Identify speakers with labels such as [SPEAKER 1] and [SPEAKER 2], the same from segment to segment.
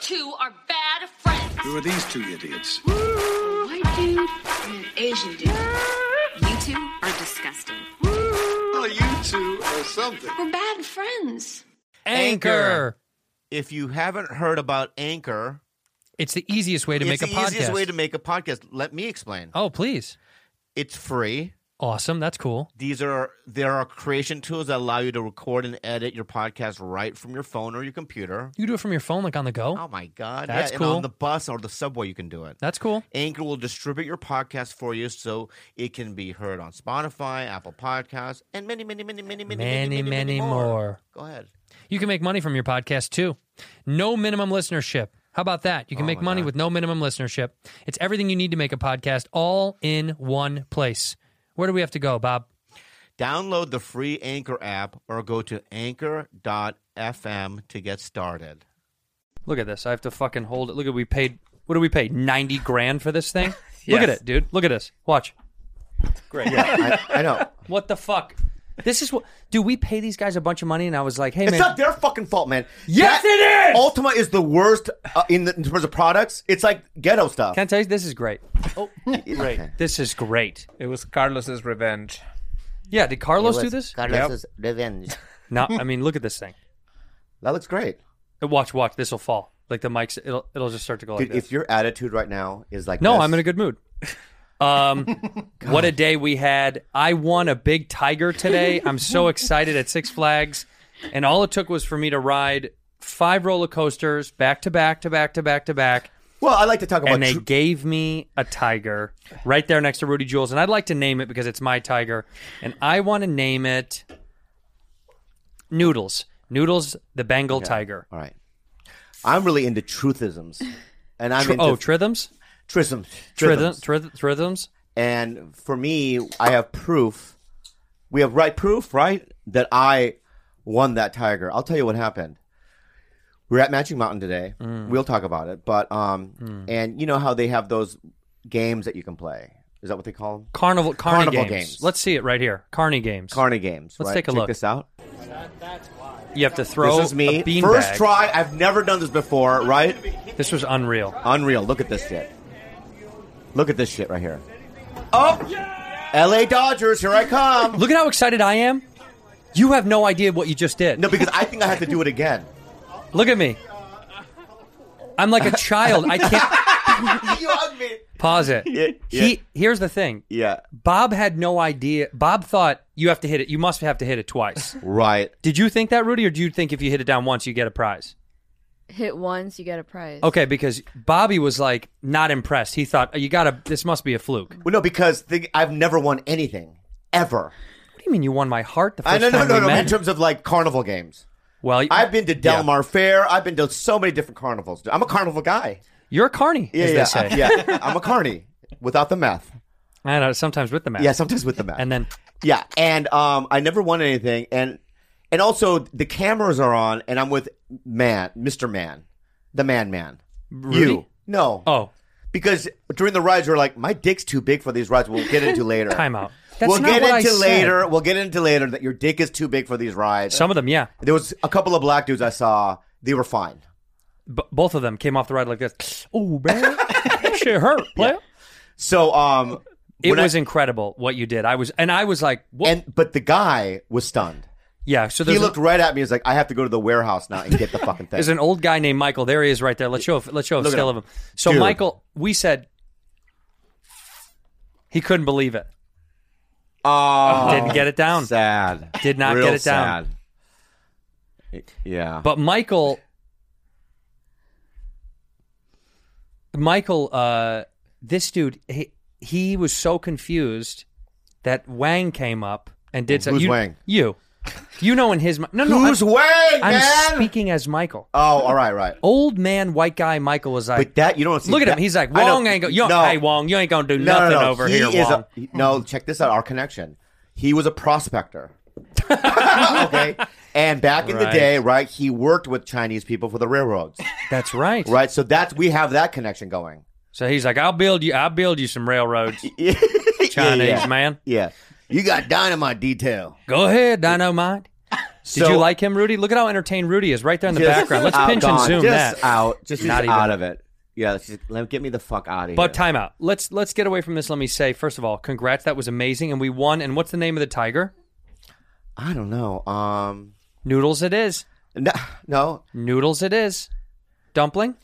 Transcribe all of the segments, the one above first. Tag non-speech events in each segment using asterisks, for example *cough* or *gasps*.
[SPEAKER 1] two are bad friends.
[SPEAKER 2] Who are these two idiots?
[SPEAKER 3] White dude and an Asian dude.
[SPEAKER 4] You two are disgusting.
[SPEAKER 2] Well, you two are something.
[SPEAKER 3] We're bad friends.
[SPEAKER 5] Anchor.
[SPEAKER 6] If you haven't heard about Anchor,
[SPEAKER 5] It's the easiest way to
[SPEAKER 6] it's
[SPEAKER 5] make a
[SPEAKER 6] the easiest
[SPEAKER 5] podcast.
[SPEAKER 6] way to make a podcast. Let me explain.
[SPEAKER 5] oh, please.
[SPEAKER 6] It's free.
[SPEAKER 5] Awesome. That's cool.
[SPEAKER 6] These are there are creation tools that allow you to record and edit your podcast right from your phone or your computer.
[SPEAKER 5] You do it from your phone, like on the go.
[SPEAKER 6] Oh my god,
[SPEAKER 5] That's
[SPEAKER 6] yeah,
[SPEAKER 5] cool.
[SPEAKER 6] And on the bus or the subway, you can do it.
[SPEAKER 5] That's cool.
[SPEAKER 6] Anchor will distribute your podcast for you so it can be heard on Spotify, Apple Podcasts, and many, many, many, many, many,
[SPEAKER 5] Many, many more.
[SPEAKER 6] Go ahead.
[SPEAKER 5] You can make money from your podcast too. No minimum listenership. How about that? You
[SPEAKER 6] Oh
[SPEAKER 5] can make money with no minimum listenership. It's everything you need to make a podcast all in one place. Where do we have to go, Bob?
[SPEAKER 6] Download the free Anchor app or go to anchor.fm to get started.
[SPEAKER 5] Look at this. I have to fucking hold it. Look at we paid. What do we pay? Ninety grand for *laughs* this thing. Look at
[SPEAKER 7] Yes.
[SPEAKER 5] it, dude. Look at this. Watch.
[SPEAKER 6] I, I
[SPEAKER 7] *laughs*
[SPEAKER 6] know.
[SPEAKER 5] What the fuck? This is what. Do we pay these guys a bunch of money? And I was like, hey
[SPEAKER 7] It's
[SPEAKER 5] man,
[SPEAKER 7] not their fucking fault, man.
[SPEAKER 5] Yes, it is!
[SPEAKER 7] Ultima is the worst uh, in, the, in terms of products. It's like ghetto stuff.
[SPEAKER 5] can I tell you this is great. Oh, *laughs*
[SPEAKER 7] Right.
[SPEAKER 5] this is great.
[SPEAKER 8] It was Carlos's revenge.
[SPEAKER 5] Yeah. Did Carlos do this?
[SPEAKER 6] Carlos's
[SPEAKER 7] revenge.
[SPEAKER 5] no. *laughs* I mean, look at this thing.
[SPEAKER 7] That looks great.
[SPEAKER 5] Watch, watch. This will fall. Like the mics, it'll it'll just start to go like
[SPEAKER 7] Dude,
[SPEAKER 5] this.
[SPEAKER 7] if your attitude right now is like,
[SPEAKER 5] No,
[SPEAKER 7] this-
[SPEAKER 5] I'm in a good mood. *laughs* Um, what a day we had! I won a big tiger *laughs* today. I'm so excited at Six Flags, and all it took was for me to ride five roller coasters back to back to back to back to back,
[SPEAKER 7] Well, I like to talk about.
[SPEAKER 5] and they
[SPEAKER 7] tr-
[SPEAKER 5] gave me a tiger right there next to Rudy Jules, and I'd like to name it because it's my tiger, and I want to name it Noodles. Noodles, the Bengal tiger.
[SPEAKER 7] All right. I'm really into truthisms, and I'm
[SPEAKER 5] Tr-
[SPEAKER 7] into
[SPEAKER 5] oh, Trithums,
[SPEAKER 7] trisms,
[SPEAKER 5] Trithums, Trith- Trithums.
[SPEAKER 7] And for me, I have proof. We have right proof, right, that I won that tiger. I'll tell you what happened. We were at Matching Mountain today.
[SPEAKER 5] Mm.
[SPEAKER 7] We'll talk about it, but um, and you know how they have those games that you can play. Is that what they call them?
[SPEAKER 5] Carnival, Carney
[SPEAKER 7] Carnival
[SPEAKER 5] games.
[SPEAKER 7] games.
[SPEAKER 5] Let's see it right here. Carney games.
[SPEAKER 7] Carney games.
[SPEAKER 5] Let's
[SPEAKER 7] right?
[SPEAKER 5] take a
[SPEAKER 7] Check
[SPEAKER 5] look.
[SPEAKER 7] this out.
[SPEAKER 5] you have to throw
[SPEAKER 7] this is me.
[SPEAKER 5] a bean
[SPEAKER 7] First
[SPEAKER 5] bag.
[SPEAKER 7] try. I've never done this before, right?
[SPEAKER 5] This was unreal.
[SPEAKER 7] Unreal. Look at this shit. Look at this shit right here. Oh, L.A. Dodgers, here I come.
[SPEAKER 5] Look at how excited I am. You have no idea what you just did.
[SPEAKER 7] No, because I think I have to do it again.
[SPEAKER 5] Look at me. I'm like a child. I
[SPEAKER 7] *laughs*
[SPEAKER 5] can't
[SPEAKER 7] you hug me.
[SPEAKER 5] pause it.
[SPEAKER 7] Yeah,
[SPEAKER 5] He here's the thing.
[SPEAKER 7] Yeah.
[SPEAKER 5] Bob had no idea. Bob thought you have to hit it. You must have to hit it twice.
[SPEAKER 7] Right.
[SPEAKER 5] Did you think that, Rudy, or do you think if you hit it down once you get a prize?
[SPEAKER 9] Hit once, you get a
[SPEAKER 7] Oh.
[SPEAKER 9] prize.
[SPEAKER 5] Okay, because Bobby was like not impressed. He thought you gotta. This must be a fluke. What
[SPEAKER 7] Well, no, because the, I've never won anything ever.
[SPEAKER 5] do you mean you won my heart the first
[SPEAKER 7] I no no
[SPEAKER 5] time
[SPEAKER 7] no
[SPEAKER 5] we
[SPEAKER 7] no.
[SPEAKER 5] met?
[SPEAKER 7] In terms of like carnival games,
[SPEAKER 5] well,
[SPEAKER 7] I've been to Del
[SPEAKER 5] Yeah.
[SPEAKER 7] Mar Fair. I've been to so many different carnivals. I'm a carnival guy.
[SPEAKER 5] You're a carny, as
[SPEAKER 7] yeah,
[SPEAKER 5] they say.
[SPEAKER 7] yeah. *laughs* I'm a carny without the meth.
[SPEAKER 5] I know. Sometimes with the mask.
[SPEAKER 7] Yeah, sometimes with the meth.
[SPEAKER 5] And then
[SPEAKER 7] Yeah, and um, I never won anything, and and also the cameras are on, and I'm with man, Mister Man, the Man Man. You no,
[SPEAKER 5] oh,
[SPEAKER 7] because during the rides we're like, my dick's too big for these rides. We'll get
[SPEAKER 5] *laughs*
[SPEAKER 7] into later.
[SPEAKER 5] timeout. That's
[SPEAKER 7] we'll
[SPEAKER 5] not
[SPEAKER 7] get
[SPEAKER 5] what I
[SPEAKER 7] into
[SPEAKER 5] said.
[SPEAKER 7] later. We'll get into later that your dick is too big for these rides.
[SPEAKER 5] Some of them, yeah.
[SPEAKER 7] there was a couple of black dudes I saw. They were fine.
[SPEAKER 5] B- both of them came off the ride like this. Oh man, that shit
[SPEAKER 7] *laughs*
[SPEAKER 5] hurt. player.
[SPEAKER 7] So um,
[SPEAKER 5] It
[SPEAKER 7] when I-
[SPEAKER 5] was incredible what you did. I was, and I was like, what?
[SPEAKER 7] and but the guy was stunned.
[SPEAKER 5] yeah. So
[SPEAKER 7] He
[SPEAKER 5] there's,
[SPEAKER 7] looked
[SPEAKER 5] a,
[SPEAKER 7] right at me. He's like, I have to go to the warehouse now and get the fucking thing.
[SPEAKER 5] there's an old guy named Michael. There he is, right there. Let's show. Let's show a
[SPEAKER 7] Look at
[SPEAKER 5] still of
[SPEAKER 7] him.
[SPEAKER 5] him. So
[SPEAKER 7] Dude.
[SPEAKER 5] Michael, we said he couldn't believe it.
[SPEAKER 7] oh,
[SPEAKER 5] Didn't get it down.
[SPEAKER 7] Sad.
[SPEAKER 5] Did not
[SPEAKER 7] Real
[SPEAKER 5] get it down.
[SPEAKER 7] sad. Y- Yeah.
[SPEAKER 5] But Michael, Michael, uh, this dude, he, he was so confused that Wang came up and did something.
[SPEAKER 7] Who's
[SPEAKER 5] you,
[SPEAKER 7] Wang?
[SPEAKER 5] You, you know, in his mi- no, no,
[SPEAKER 7] who's
[SPEAKER 5] I'm,
[SPEAKER 7] way,
[SPEAKER 5] I'm
[SPEAKER 7] man?
[SPEAKER 5] speaking as Michael,
[SPEAKER 7] oh, all right, right.
[SPEAKER 5] old man, white guy. Michael was like,
[SPEAKER 7] But that you don't see.
[SPEAKER 5] look at
[SPEAKER 7] that-
[SPEAKER 5] him. He's like,
[SPEAKER 7] I know-
[SPEAKER 5] Wong ain't go. You,
[SPEAKER 7] no,
[SPEAKER 5] Hey, Wong, you ain't gonna do
[SPEAKER 7] no, no,
[SPEAKER 5] nothing
[SPEAKER 7] no.
[SPEAKER 5] over
[SPEAKER 7] He
[SPEAKER 5] here,
[SPEAKER 7] is a-
[SPEAKER 5] Wong.
[SPEAKER 7] he- no, check this out. Our connection. He was
[SPEAKER 5] *laughs*
[SPEAKER 7] a prospector. okay. And back in the
[SPEAKER 5] Right.
[SPEAKER 7] day, right, he worked with Chinese people for the railroads,
[SPEAKER 5] That's right.
[SPEAKER 7] right? So that's we have that connection going.
[SPEAKER 5] So he's like, I'll build you. I'll build you some railroads,
[SPEAKER 7] *laughs* Yeah, yeah,
[SPEAKER 5] Chinese
[SPEAKER 7] yeah.
[SPEAKER 5] man.
[SPEAKER 7] Yeah. You got dynamite detail.
[SPEAKER 5] Go ahead, Dynamite. Did you like him, Rudy? Look at how entertained Rudy is right there in the
[SPEAKER 7] Just
[SPEAKER 5] background. Let's
[SPEAKER 7] out,
[SPEAKER 5] pinch and
[SPEAKER 7] gone.
[SPEAKER 5] zoom
[SPEAKER 7] just
[SPEAKER 5] that.
[SPEAKER 7] out, just,
[SPEAKER 5] Not
[SPEAKER 7] just
[SPEAKER 5] even.
[SPEAKER 7] out of it. Yeah, let's just, let get me the fuck out of
[SPEAKER 5] But
[SPEAKER 7] here.
[SPEAKER 5] timeout. Let's let's get away from this. Let me say first of all, congrats. That was amazing, and we won. And what's the name of the tiger?
[SPEAKER 7] I don't know. Um,
[SPEAKER 5] Noodles. It is
[SPEAKER 7] no, no.
[SPEAKER 5] noodles. It is dumpling.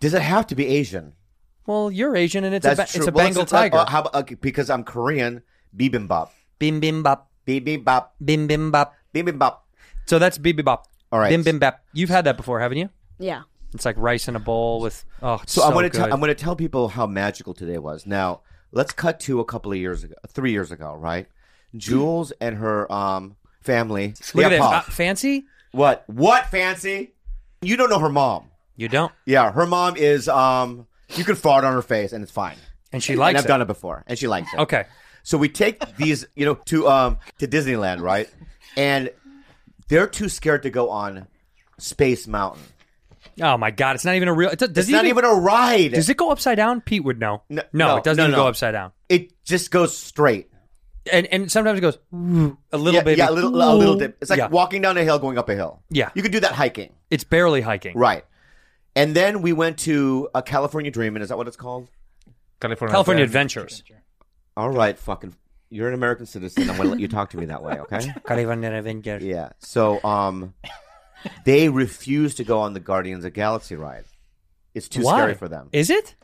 [SPEAKER 7] Does it have to be Asian?
[SPEAKER 5] Well, you're Asian, and it's a ba- it's a
[SPEAKER 7] Well,
[SPEAKER 5] Bengal
[SPEAKER 7] it's- uh,
[SPEAKER 5] tiger.
[SPEAKER 7] how about, okay, because I'm Korean. Bibimbap.
[SPEAKER 5] bim bim bop.
[SPEAKER 7] Bibimbap.
[SPEAKER 5] Bim bim bop.
[SPEAKER 7] Bibimbap.
[SPEAKER 5] So that's bibibop. bop.
[SPEAKER 7] All right.
[SPEAKER 5] Bim bim bap. You've had that before, haven't you?
[SPEAKER 9] Yeah.
[SPEAKER 5] It's like rice in a bowl with oh, it's
[SPEAKER 7] So,
[SPEAKER 5] so,
[SPEAKER 7] I want
[SPEAKER 5] good.
[SPEAKER 7] to I'm going to tell people how magical today was. Now let's cut to a couple of years ago, three years ago, right? Jules and her um family.
[SPEAKER 5] Look at
[SPEAKER 7] Yeah,
[SPEAKER 5] it.
[SPEAKER 7] Paul.
[SPEAKER 5] Uh, fancy?
[SPEAKER 7] What? What? Fancy? You don't know her mom.
[SPEAKER 5] You don't.
[SPEAKER 7] Yeah, her mom is um. You can fart on her face and it's fine.
[SPEAKER 5] And she likes
[SPEAKER 7] and I've
[SPEAKER 5] it.
[SPEAKER 7] done it before, and she likes it.
[SPEAKER 5] Okay.
[SPEAKER 7] So we take these, you know, to um to Disneyland, right? And they're too scared to go on Space Mountain.
[SPEAKER 5] Oh my God! It's not even a real. It's a, does
[SPEAKER 7] It's
[SPEAKER 5] it
[SPEAKER 7] not even a ride.
[SPEAKER 5] Does it go upside down? Pete would know.
[SPEAKER 7] No- no,
[SPEAKER 5] it doesn't
[SPEAKER 7] no,
[SPEAKER 5] even
[SPEAKER 7] no.
[SPEAKER 5] go upside down.
[SPEAKER 7] It just goes straight.
[SPEAKER 5] And and sometimes it goes "Woo," a little
[SPEAKER 7] yeah,
[SPEAKER 5] bit.
[SPEAKER 7] yeah, a little, a little dip. It's like
[SPEAKER 5] Yeah.
[SPEAKER 7] walking down a hill, going up a hill.
[SPEAKER 5] Yeah.
[SPEAKER 7] you could do that hiking,
[SPEAKER 5] It's barely hiking.
[SPEAKER 7] right? And then we went to a California Dreamin'. Is that what it's called?
[SPEAKER 8] California,
[SPEAKER 5] California
[SPEAKER 8] Adventure.
[SPEAKER 5] Adventures.
[SPEAKER 7] All right, fucking. You're an American citizen. I'm gonna let you talk to me that way,
[SPEAKER 5] *laughs*
[SPEAKER 7] okay?
[SPEAKER 5] California Adventures.
[SPEAKER 7] Yeah. So, um, they refuse to go on the Guardians of Galaxy ride. It's too
[SPEAKER 5] Why?
[SPEAKER 7] scary for them.
[SPEAKER 5] Is it?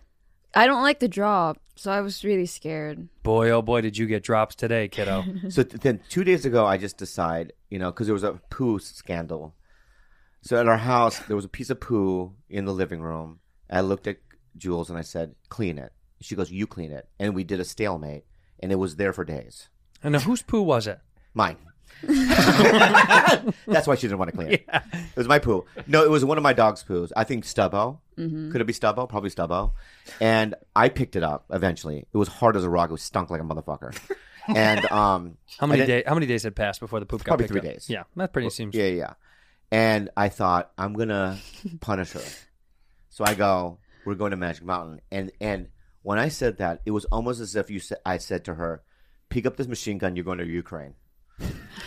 [SPEAKER 9] I don't like the drop, so I was really scared.
[SPEAKER 5] Boy, oh boy, did you get drops today, *laughs* kiddo?
[SPEAKER 7] so th- then two days ago, I just decide, you know, because there was a poo scandal. So at our house, there was a piece of poo in the living room. I looked at Jules and I said, "Clean it." She goes, "You clean it," and we did a stalemate, and it was there for days.
[SPEAKER 5] and now whose poo was it?
[SPEAKER 7] Mine. *laughs* That's why she didn't want to clean it. It was my poo. No, it was one of my dog's poos. I think Stubbo. Could it be Stubbo? Probably Stubbo. And I picked it up eventually. It was hard as a rock. It was stunk like a motherfucker. And um,
[SPEAKER 5] How
[SPEAKER 7] I
[SPEAKER 5] many
[SPEAKER 7] didn't-
[SPEAKER 5] days? How many days had passed before the poop got
[SPEAKER 7] Probably
[SPEAKER 5] picked
[SPEAKER 7] three
[SPEAKER 5] up?
[SPEAKER 7] days.
[SPEAKER 5] Yeah, that pretty seems.
[SPEAKER 7] Yeah, yeah. And I thought I'm
[SPEAKER 9] *laughs*
[SPEAKER 7] gonna punish her. So I go, we're going to Magic Mountain, and and when I said that, it was almost as if you said, I said to her, pick up this machine gun, you're going to
[SPEAKER 9] *laughs*
[SPEAKER 7] Ukraine.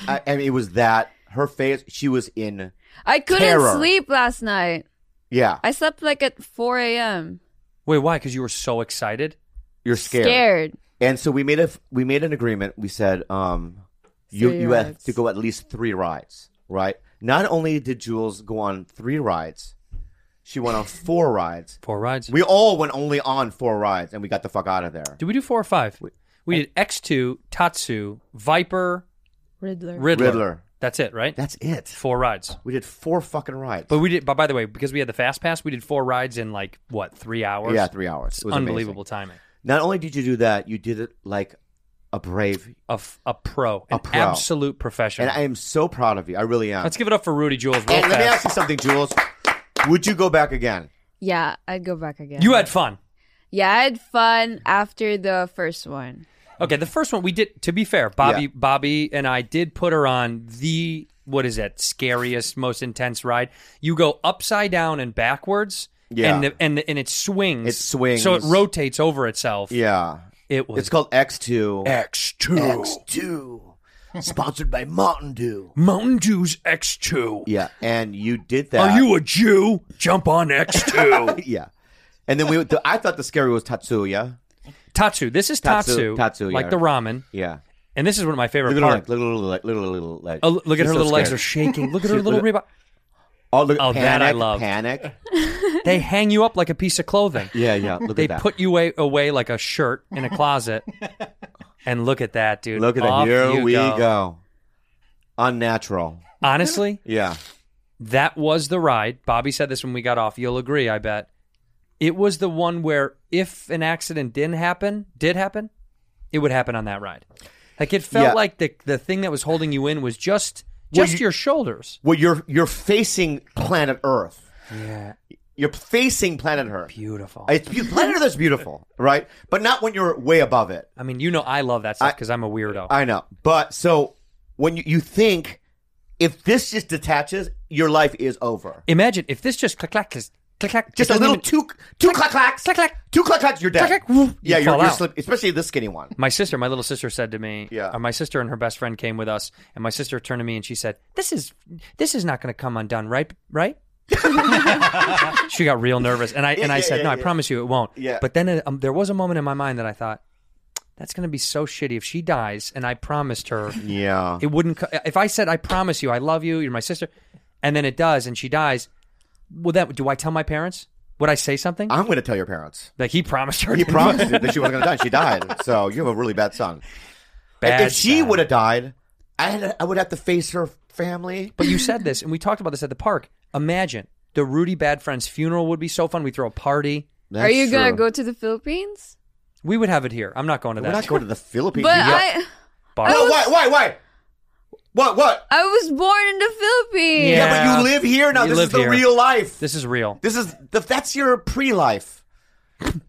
[SPEAKER 7] I, and it was that her face, she was in,
[SPEAKER 9] I couldn't
[SPEAKER 7] Terror.
[SPEAKER 9] sleep last night.
[SPEAKER 7] yeah,
[SPEAKER 9] I slept like at 4 a.m.
[SPEAKER 5] Wait, why? Because you were so excited.
[SPEAKER 7] you're scared.
[SPEAKER 9] Scared.
[SPEAKER 7] And so we made a we made an agreement. We said, um, you
[SPEAKER 9] Three
[SPEAKER 7] you have
[SPEAKER 9] rides.
[SPEAKER 7] to go at least three rides, right? Not only did Jules go on three rides, she went on four rides.
[SPEAKER 5] Four rides.
[SPEAKER 7] We all went only on four rides, and we got the fuck out of there.
[SPEAKER 5] did we do four or five? We did X two, Tatsu, Viper,
[SPEAKER 9] Riddler.
[SPEAKER 5] Riddler.
[SPEAKER 7] Riddler.
[SPEAKER 5] That's it, right?
[SPEAKER 7] That's it.
[SPEAKER 5] four rides.
[SPEAKER 7] We did four fucking rides.
[SPEAKER 5] But we did. But by the way, because we had the fast pass, we did four rides in like what three hours?
[SPEAKER 7] yeah, three hours. It was amazing.
[SPEAKER 5] unbelievable timing.
[SPEAKER 7] Not only did you do that, you did it like a brave,
[SPEAKER 5] A, f- a pro,
[SPEAKER 7] A
[SPEAKER 5] an
[SPEAKER 7] pro.
[SPEAKER 5] absolute professional.
[SPEAKER 7] and I am so proud of you. I really am.
[SPEAKER 5] Let's give it up for Rudy Jules. Real
[SPEAKER 7] and let me
[SPEAKER 5] fast.
[SPEAKER 7] ask you something, Jules. Would you go back again?
[SPEAKER 9] Yeah, I'd go back again.
[SPEAKER 5] You had fun.
[SPEAKER 9] Yeah, I had fun after the first one.
[SPEAKER 5] Okay, the first one we did. To be fair, Bobby,
[SPEAKER 7] Yeah.
[SPEAKER 5] Bobby, and I did put her on the what is that scariest, most intense ride. You go upside down and backwards.
[SPEAKER 7] Yeah.
[SPEAKER 5] And the, and the, and it swings.
[SPEAKER 7] It swings.
[SPEAKER 5] So it rotates over itself.
[SPEAKER 7] Yeah.
[SPEAKER 5] It was
[SPEAKER 7] It's called X2.
[SPEAKER 5] X2.
[SPEAKER 7] X2. Sponsored by Mountain Dew.
[SPEAKER 5] Mountain Dew's X2.
[SPEAKER 7] Yeah, and you did that.
[SPEAKER 5] a Jew? Jump on X2.
[SPEAKER 7] *laughs* Yeah. And then we. The, I thought the scary was Tatsuya.
[SPEAKER 5] Tatsu. This is Tatsu.
[SPEAKER 7] Tatsu- Tatsu,
[SPEAKER 5] Like
[SPEAKER 7] yeah.
[SPEAKER 5] the ramen.
[SPEAKER 7] Yeah.
[SPEAKER 5] And this is one of my favorite
[SPEAKER 7] Look at her
[SPEAKER 5] parts.
[SPEAKER 7] leg, little, little, leg, little, little leg.
[SPEAKER 5] Oh, look at
[SPEAKER 7] She's
[SPEAKER 5] her
[SPEAKER 7] so
[SPEAKER 5] little legs are
[SPEAKER 7] scared.
[SPEAKER 5] shaking. Look at her
[SPEAKER 7] *laughs* She-
[SPEAKER 5] little
[SPEAKER 7] look
[SPEAKER 5] rib.
[SPEAKER 7] Oh, look,
[SPEAKER 5] Oh,
[SPEAKER 7] panic,
[SPEAKER 5] that I love.
[SPEAKER 7] Panic.
[SPEAKER 5] They hang you up like a piece of clothing.
[SPEAKER 7] Yeah, yeah.
[SPEAKER 5] *laughs*
[SPEAKER 7] Look
[SPEAKER 5] They
[SPEAKER 7] at that.
[SPEAKER 5] put you away, away like a shirt in a
[SPEAKER 7] *laughs*
[SPEAKER 5] closet. and look at that, dude.
[SPEAKER 7] look at that.
[SPEAKER 5] Off
[SPEAKER 7] Here
[SPEAKER 5] you
[SPEAKER 7] we go. Unnatural.
[SPEAKER 5] Honestly,
[SPEAKER 7] Yeah.
[SPEAKER 5] that was the ride. Bobby said this when we got off. You'll agree, I bet. It was the one where if an accident didn't happen, did happen, it would happen on that ride. Like it felt
[SPEAKER 7] Yeah.
[SPEAKER 5] like the the thing that was holding you in was just just
[SPEAKER 7] you-
[SPEAKER 5] your shoulders.
[SPEAKER 7] Well, you're you're facing planet Earth.
[SPEAKER 5] Yeah,
[SPEAKER 7] You're facing planet Earth.
[SPEAKER 5] beautiful. I,
[SPEAKER 7] It's be- planet Earth is beautiful, right? But not when you're way above it.
[SPEAKER 5] mean, you know, I love that stuff because I'm a weirdo.
[SPEAKER 7] I know. But so when you, you think if this just detaches, your life is over.
[SPEAKER 5] Imagine if this just clack clack clack, Click, clack.
[SPEAKER 7] Just
[SPEAKER 5] It
[SPEAKER 7] a
[SPEAKER 5] doesn't
[SPEAKER 7] little
[SPEAKER 5] even-
[SPEAKER 7] two two clack clacks,
[SPEAKER 5] Clack, clack.
[SPEAKER 7] two clack clacks. You're dead.
[SPEAKER 5] Clack, clack. Woof.
[SPEAKER 7] Yeah,
[SPEAKER 5] You
[SPEAKER 7] you're,
[SPEAKER 5] fall
[SPEAKER 7] you're
[SPEAKER 5] out.
[SPEAKER 7] slip, especially the skinny one.
[SPEAKER 5] My sister, my little sister, said to me,
[SPEAKER 7] Yeah.
[SPEAKER 5] uh, my sister and her best friend came with us, and my sister turned to me and she said, "This is this is not going to come undone, right? Right?" *laughs* she got real nervous, and I and I
[SPEAKER 7] yeah,
[SPEAKER 5] said,
[SPEAKER 7] yeah,
[SPEAKER 5] "No, I
[SPEAKER 7] yeah.
[SPEAKER 5] promise you, it won't."
[SPEAKER 7] Yeah.
[SPEAKER 5] But then um, there was a moment in my mind that I thought, "That's going to be so shitty if she dies," and I promised her
[SPEAKER 7] Yeah,
[SPEAKER 5] it wouldn't. Co- if I said, "I promise you, I love you, you're my sister," and then it does, and she dies, well, that do I tell my parents? Would I say something?
[SPEAKER 7] I'm going to tell your parents.
[SPEAKER 5] like he promised her.
[SPEAKER 7] He promised you that she wasn't going to *laughs* die. and She died, so you have a really bad son.
[SPEAKER 5] Bad
[SPEAKER 7] if she
[SPEAKER 5] son.
[SPEAKER 7] would have died, I had, I would have to face her family.
[SPEAKER 5] But you said this, and we talked about this at the park. Imagine the Rudy Bad Friend's funeral would be so fun. We throw a party.
[SPEAKER 9] Are you gonna
[SPEAKER 7] That's true.
[SPEAKER 9] go to the Philippines?
[SPEAKER 5] We would have it here. I'm not going to
[SPEAKER 7] We're
[SPEAKER 5] that.
[SPEAKER 7] not going to the Philippines.
[SPEAKER 9] But
[SPEAKER 7] You got-
[SPEAKER 9] I,
[SPEAKER 5] bar.
[SPEAKER 7] No, why? Why? Why? What? What?
[SPEAKER 9] I was born in the Philippines.
[SPEAKER 5] Yeah.
[SPEAKER 7] Yeah, but you live here now.
[SPEAKER 5] You
[SPEAKER 7] this
[SPEAKER 5] live
[SPEAKER 7] is the
[SPEAKER 5] here.
[SPEAKER 7] real life. This,
[SPEAKER 5] This is real.
[SPEAKER 7] is the, that's your pre-life.